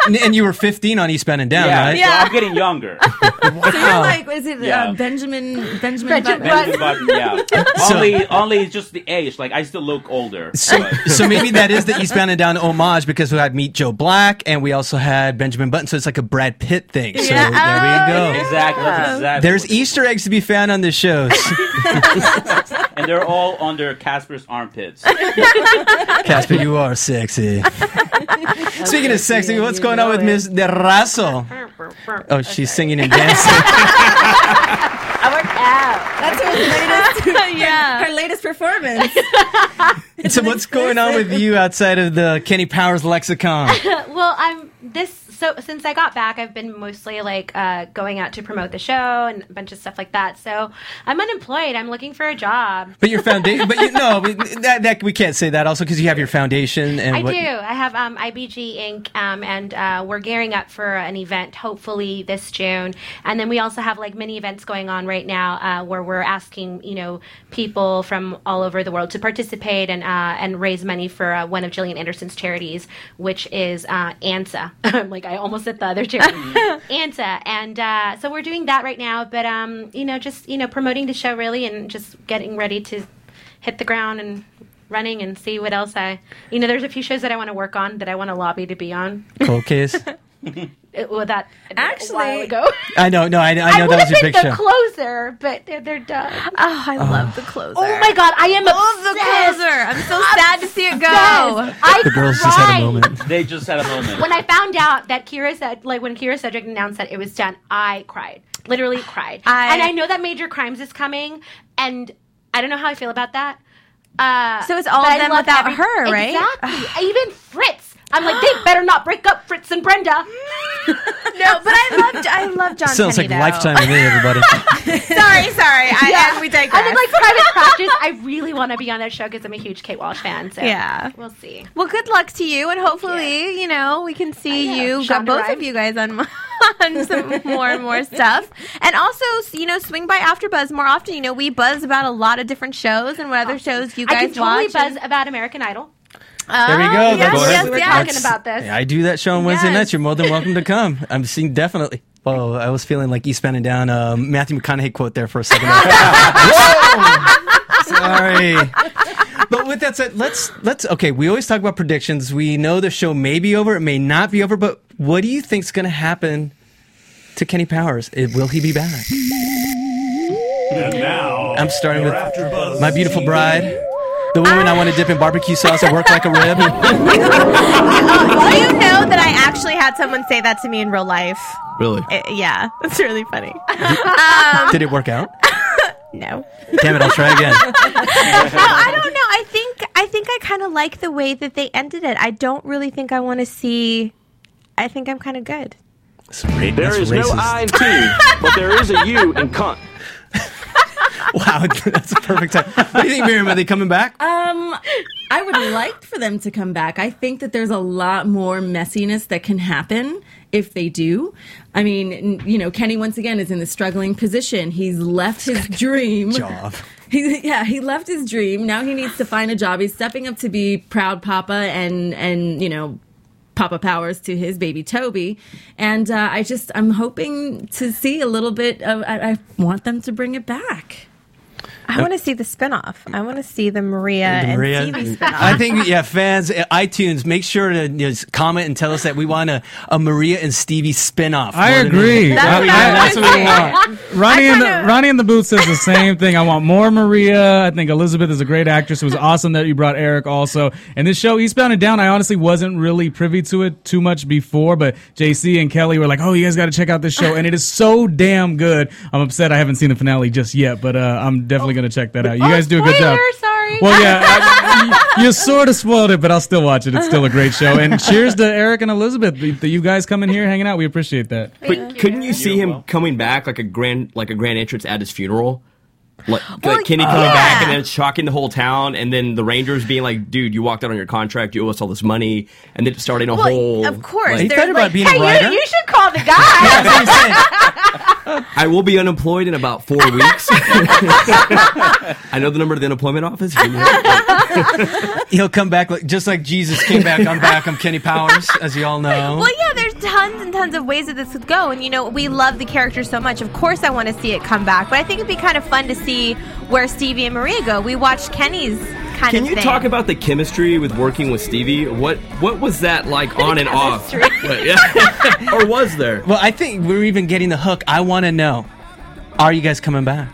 [SPEAKER 2] and, and you were 15 on Eastbound and Down,
[SPEAKER 9] Yeah,
[SPEAKER 2] right?
[SPEAKER 9] so I'm getting younger.
[SPEAKER 6] So you're like, is it
[SPEAKER 9] Yeah.
[SPEAKER 6] uh, Benjamin Benjamin?
[SPEAKER 4] Benjamin
[SPEAKER 6] Button?
[SPEAKER 9] Benjamin Button, yeah.
[SPEAKER 2] So-
[SPEAKER 9] only, only it's just the age. Like I still look older.
[SPEAKER 2] So,
[SPEAKER 9] but-
[SPEAKER 2] so maybe that is the Eastbound and Down homage because we had Meet Joe Black and we also had Benjamin Button, so it's like a Brad Pitt thing. So
[SPEAKER 4] Yeah.
[SPEAKER 2] there we go.
[SPEAKER 9] exactly. That's exactly.
[SPEAKER 2] There's
[SPEAKER 9] what-
[SPEAKER 2] Easter eggs to be found on the shows.
[SPEAKER 9] and they're all under Casper's armpits.
[SPEAKER 2] Casper, you are sexy. Speaking of sexy, what's going on with Miss Derrazo? Oh, she's singing and dancing.
[SPEAKER 8] I work out.
[SPEAKER 6] That's her latest.
[SPEAKER 4] Yeah.
[SPEAKER 6] Her latest performance.
[SPEAKER 2] so what's going on with you outside of the Kenny Powers lexicon?
[SPEAKER 8] well, I'm this. So since I got back, I've been mostly like uh, going out to promote the show and a bunch of stuff like that. So I'm unemployed. I'm looking for a job.
[SPEAKER 2] But your foundation, but you no, we- that, that we can't say that also because you have your foundation and
[SPEAKER 8] I
[SPEAKER 2] what.
[SPEAKER 8] do. I have um, IBG Inc. Um, and uh, we're gearing up for an event hopefully this June. And then we also have like mini events going on right now uh, where we're asking you know people from all over the world to participate and uh, and raise money for uh, one of Jillian Anderson's charities, which is uh, ANSA. I'm like I almost said the other charity, ANSA. And uh, so we're doing that right now. But um, you know, just you know, promoting the show really, and just getting ready to hit the ground and running and see what else I, you know, there's a few shows that I want to work on that I want to lobby to be on.
[SPEAKER 2] Cold case.
[SPEAKER 8] It, well, that
[SPEAKER 6] Actually-
[SPEAKER 8] a while ago.
[SPEAKER 2] I know, no, I, I know
[SPEAKER 8] would have
[SPEAKER 2] that was your
[SPEAKER 8] been
[SPEAKER 2] big
[SPEAKER 8] the
[SPEAKER 2] show.
[SPEAKER 8] closer, but they're, they're done.
[SPEAKER 4] Oh, I love the closer.
[SPEAKER 8] Oh my god, I am
[SPEAKER 4] Love the
[SPEAKER 8] obsessed.
[SPEAKER 4] closer. I'm so sad to see it go.
[SPEAKER 8] Obsessed. I
[SPEAKER 2] The girls just had
[SPEAKER 8] cried.
[SPEAKER 2] a moment.
[SPEAKER 9] They just had a moment.
[SPEAKER 8] When I found out that Kira said, like when Kira Cedric announced that it was done, I cried. Literally cried.
[SPEAKER 4] I-
[SPEAKER 8] and I know that Major Crimes is coming, and I don't know how I feel about that. Uh,
[SPEAKER 4] So it's all
[SPEAKER 8] but
[SPEAKER 4] of
[SPEAKER 8] I
[SPEAKER 4] them
[SPEAKER 8] love
[SPEAKER 4] without her, right?
[SPEAKER 8] Exactly. Even Fritz. I'm like, they better not break up Fritz and Brenda.
[SPEAKER 4] no, but I loved I love John.
[SPEAKER 15] Sounds
[SPEAKER 4] Penny,
[SPEAKER 15] like
[SPEAKER 4] though.
[SPEAKER 15] lifetime to me, everybody.
[SPEAKER 4] sorry, sorry. I,
[SPEAKER 8] Yeah.
[SPEAKER 4] we digress.
[SPEAKER 8] And then like private practice, I really want to be on that show because I'm a huge Kate Walsh fan. So
[SPEAKER 4] Yeah.
[SPEAKER 8] we'll see.
[SPEAKER 4] Well, good luck to you, and hopefully, you know, we can see you, got
[SPEAKER 8] Shonda
[SPEAKER 4] both of
[SPEAKER 8] Rhimes.
[SPEAKER 4] you guys on, on some more and more stuff. And also, s- you know, swing by AfterBuzz more often. You know, we buzz about a lot of different shows and what other shows you
[SPEAKER 8] I
[SPEAKER 4] guys
[SPEAKER 8] can totally
[SPEAKER 4] watch.
[SPEAKER 8] buzz about American Idol.
[SPEAKER 2] There we go.
[SPEAKER 4] Oh, Yes,
[SPEAKER 2] That's-
[SPEAKER 4] yes,
[SPEAKER 8] We were
[SPEAKER 4] yes.
[SPEAKER 8] talking about this.
[SPEAKER 2] I do that show on Wednesday
[SPEAKER 4] Yes.
[SPEAKER 2] nights. You're more than welcome to come. I'm seeing definitely. Whoa, I was feeling like Eastbound and Down uh, Matthew McConaughey quote there for a second. Sorry. But with that said, let's let's okay. We always talk about predictions. We know the show may be over, it may not be over. But what do you think's going to happen to Kenny Powers? It, will he be back?
[SPEAKER 14] And now,
[SPEAKER 2] I'm starting
[SPEAKER 14] your
[SPEAKER 2] with
[SPEAKER 14] AfterBuzz
[SPEAKER 2] my beautiful bride, the woman I want to dip in barbecue sauce and work like a rib.
[SPEAKER 4] Oh, do you know that I actually had someone say that to me in real life?
[SPEAKER 2] Really?
[SPEAKER 4] Uh, yeah, it's really funny.
[SPEAKER 2] Did it work out?
[SPEAKER 4] No.
[SPEAKER 2] Damn it! I'll try again.
[SPEAKER 4] no, I don't know. I think I think I kind of like the way that they ended it. I don't really think I want to see. I think I'm kind of good.
[SPEAKER 7] There
[SPEAKER 2] That's
[SPEAKER 7] is
[SPEAKER 2] racist.
[SPEAKER 7] no I in team, but there is a U in cunt.
[SPEAKER 2] Wow, that's a perfect time. What do you think, Miriam? Are they coming back?
[SPEAKER 6] Um, I would like for them to come back. I think that there's a lot more messiness that can happen if they do. I mean, n- you know, Kenny once again is in the struggling position. He's left his dream.
[SPEAKER 2] Job.
[SPEAKER 6] He, yeah, he left his dream. Now he needs to find a job. He's stepping up to be proud papa and and you know Papa Powers to his baby Toby. And uh, I just I'm hoping to see a little bit of. I, I want them to bring it back.
[SPEAKER 4] I want to see the spinoff. I want to see the
[SPEAKER 5] Uh,
[SPEAKER 4] Maria
[SPEAKER 2] Uh, The Maria-
[SPEAKER 4] and TV spinoff.
[SPEAKER 2] I think yeah, fans, uh, iTunes, make sure to you know, comment and tell us that we want a, a Maria and Stevie spinoff.
[SPEAKER 5] I
[SPEAKER 2] more than
[SPEAKER 5] agree.
[SPEAKER 2] anything.
[SPEAKER 5] That's I- what I I- was that's what we saying. Ronnie in the Ronnie in the booth says the same thing. I want more Maria. I think Elizabeth is a great actress. It was awesome that you brought Eric also. And this show, Eastbound and Down, I honestly wasn't really privy to it too much before, but JC and Kelly were like, "Oh, you guys got to check out this show," and it is so damn good. I'm upset I haven't seen the finale just yet, but uh, I'm definitely gonna check that out. You
[SPEAKER 8] Oh,
[SPEAKER 5] guys do a good job.
[SPEAKER 8] spoiler, sorry.
[SPEAKER 5] Well, yeah, I- you, sort of spoiled it, but I'll still watch it. It's still a great show. And cheers to Eric and Elizabeth that you guys coming here hanging out. We appreciate that.
[SPEAKER 11] But couldn't you see him coming back like a grand like a grand entrance at his funeral? Like, like Kenny coming back and then shocking the whole town, and then the Rangers being like, "Dude, you walked out on your contract. You owe us all this money," and then starting a
[SPEAKER 4] Well,
[SPEAKER 11] whole.
[SPEAKER 4] of course,
[SPEAKER 11] like-
[SPEAKER 4] He they're thought about like, being a
[SPEAKER 8] Hey, you, you should call the
[SPEAKER 11] That's what I'm
[SPEAKER 8] guy.
[SPEAKER 11] saying. I will be unemployed in about four weeks. I know the number of the unemployment office.
[SPEAKER 2] He'll come back like, just like Jesus came back. I'm back. I'm Kenny Powers, as you all know.
[SPEAKER 4] Well, yeah, there's tons and tons of ways that this could go, and you know we love the character so much. Of course, I want to see it come back, but I think it'd be kind of fun to see where Stevie and Maria go. We watched Kenny's kind
[SPEAKER 11] Can
[SPEAKER 4] of
[SPEAKER 11] you
[SPEAKER 4] thing.
[SPEAKER 11] talk about the chemistry with working with Stevie? What what was that like on and off? What- yeah. or was there?
[SPEAKER 2] Well, I think we're even getting the hook. I want to know: Are you guys coming back?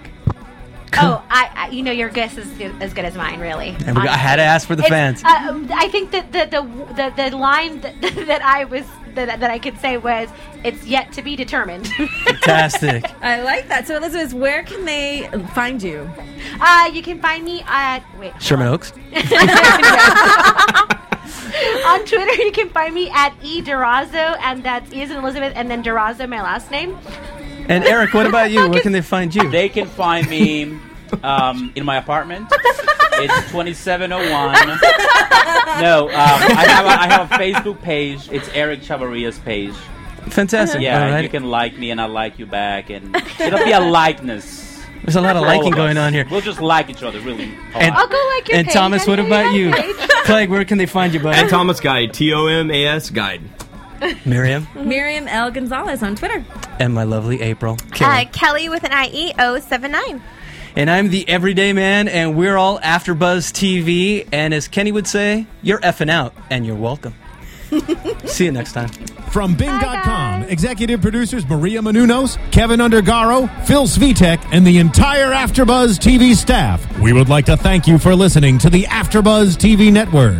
[SPEAKER 8] oh, I, I, you know, your guess is good- as good as mine, really.
[SPEAKER 2] And we got- I had to ask for the
[SPEAKER 8] It's-
[SPEAKER 2] fans.
[SPEAKER 8] Uh, I think that the the the, the line that, that I was that, that I could say was it's yet to be determined.
[SPEAKER 2] Fantastic.
[SPEAKER 6] I like that. So, Elizabeth, where can they find you?
[SPEAKER 8] uh, you can find me at wait
[SPEAKER 2] Sherman Oaks.
[SPEAKER 8] on Twitter. You can find me at e Durazo, and that's E as in Elizabeth, and then Durazo, my last name.
[SPEAKER 2] And Eric, what about you? Where can they find you?
[SPEAKER 9] They can find me um, in my apartment. It's 2701. No, um, I, have a, I have a Facebook page. It's Eric Chavaria's page.
[SPEAKER 2] Fantastic.
[SPEAKER 9] Yeah,
[SPEAKER 2] All right.
[SPEAKER 9] you can like me and I like you back, and it'll be a likeness.
[SPEAKER 2] There's a lot of
[SPEAKER 9] All
[SPEAKER 2] liking
[SPEAKER 9] us.
[SPEAKER 2] going on here.
[SPEAKER 9] We'll just like each other, really.
[SPEAKER 2] And,
[SPEAKER 9] hard.
[SPEAKER 2] and Thomas, what about you? Clegg, where can they find you, buddy?
[SPEAKER 11] And Thomas Guide, T O M A S Guide.
[SPEAKER 2] Miriam
[SPEAKER 6] Miriam L. Gonzalez on Twitter.
[SPEAKER 2] and my lovely April. Karen.
[SPEAKER 4] Uh, Kelly with an I E O seven nine.
[SPEAKER 2] And I'm the everyday man, and we're all after Buzz TV. And as Kenny would say, you're effing out, and you're welcome. See you next time.
[SPEAKER 1] From Bing.com, executive producers Maria Manunos, Kevin Undergaro, Phil Svitek, and the entire AfterBuzz TV staff. We would like to thank you for listening to the AfterBuzz TV Network.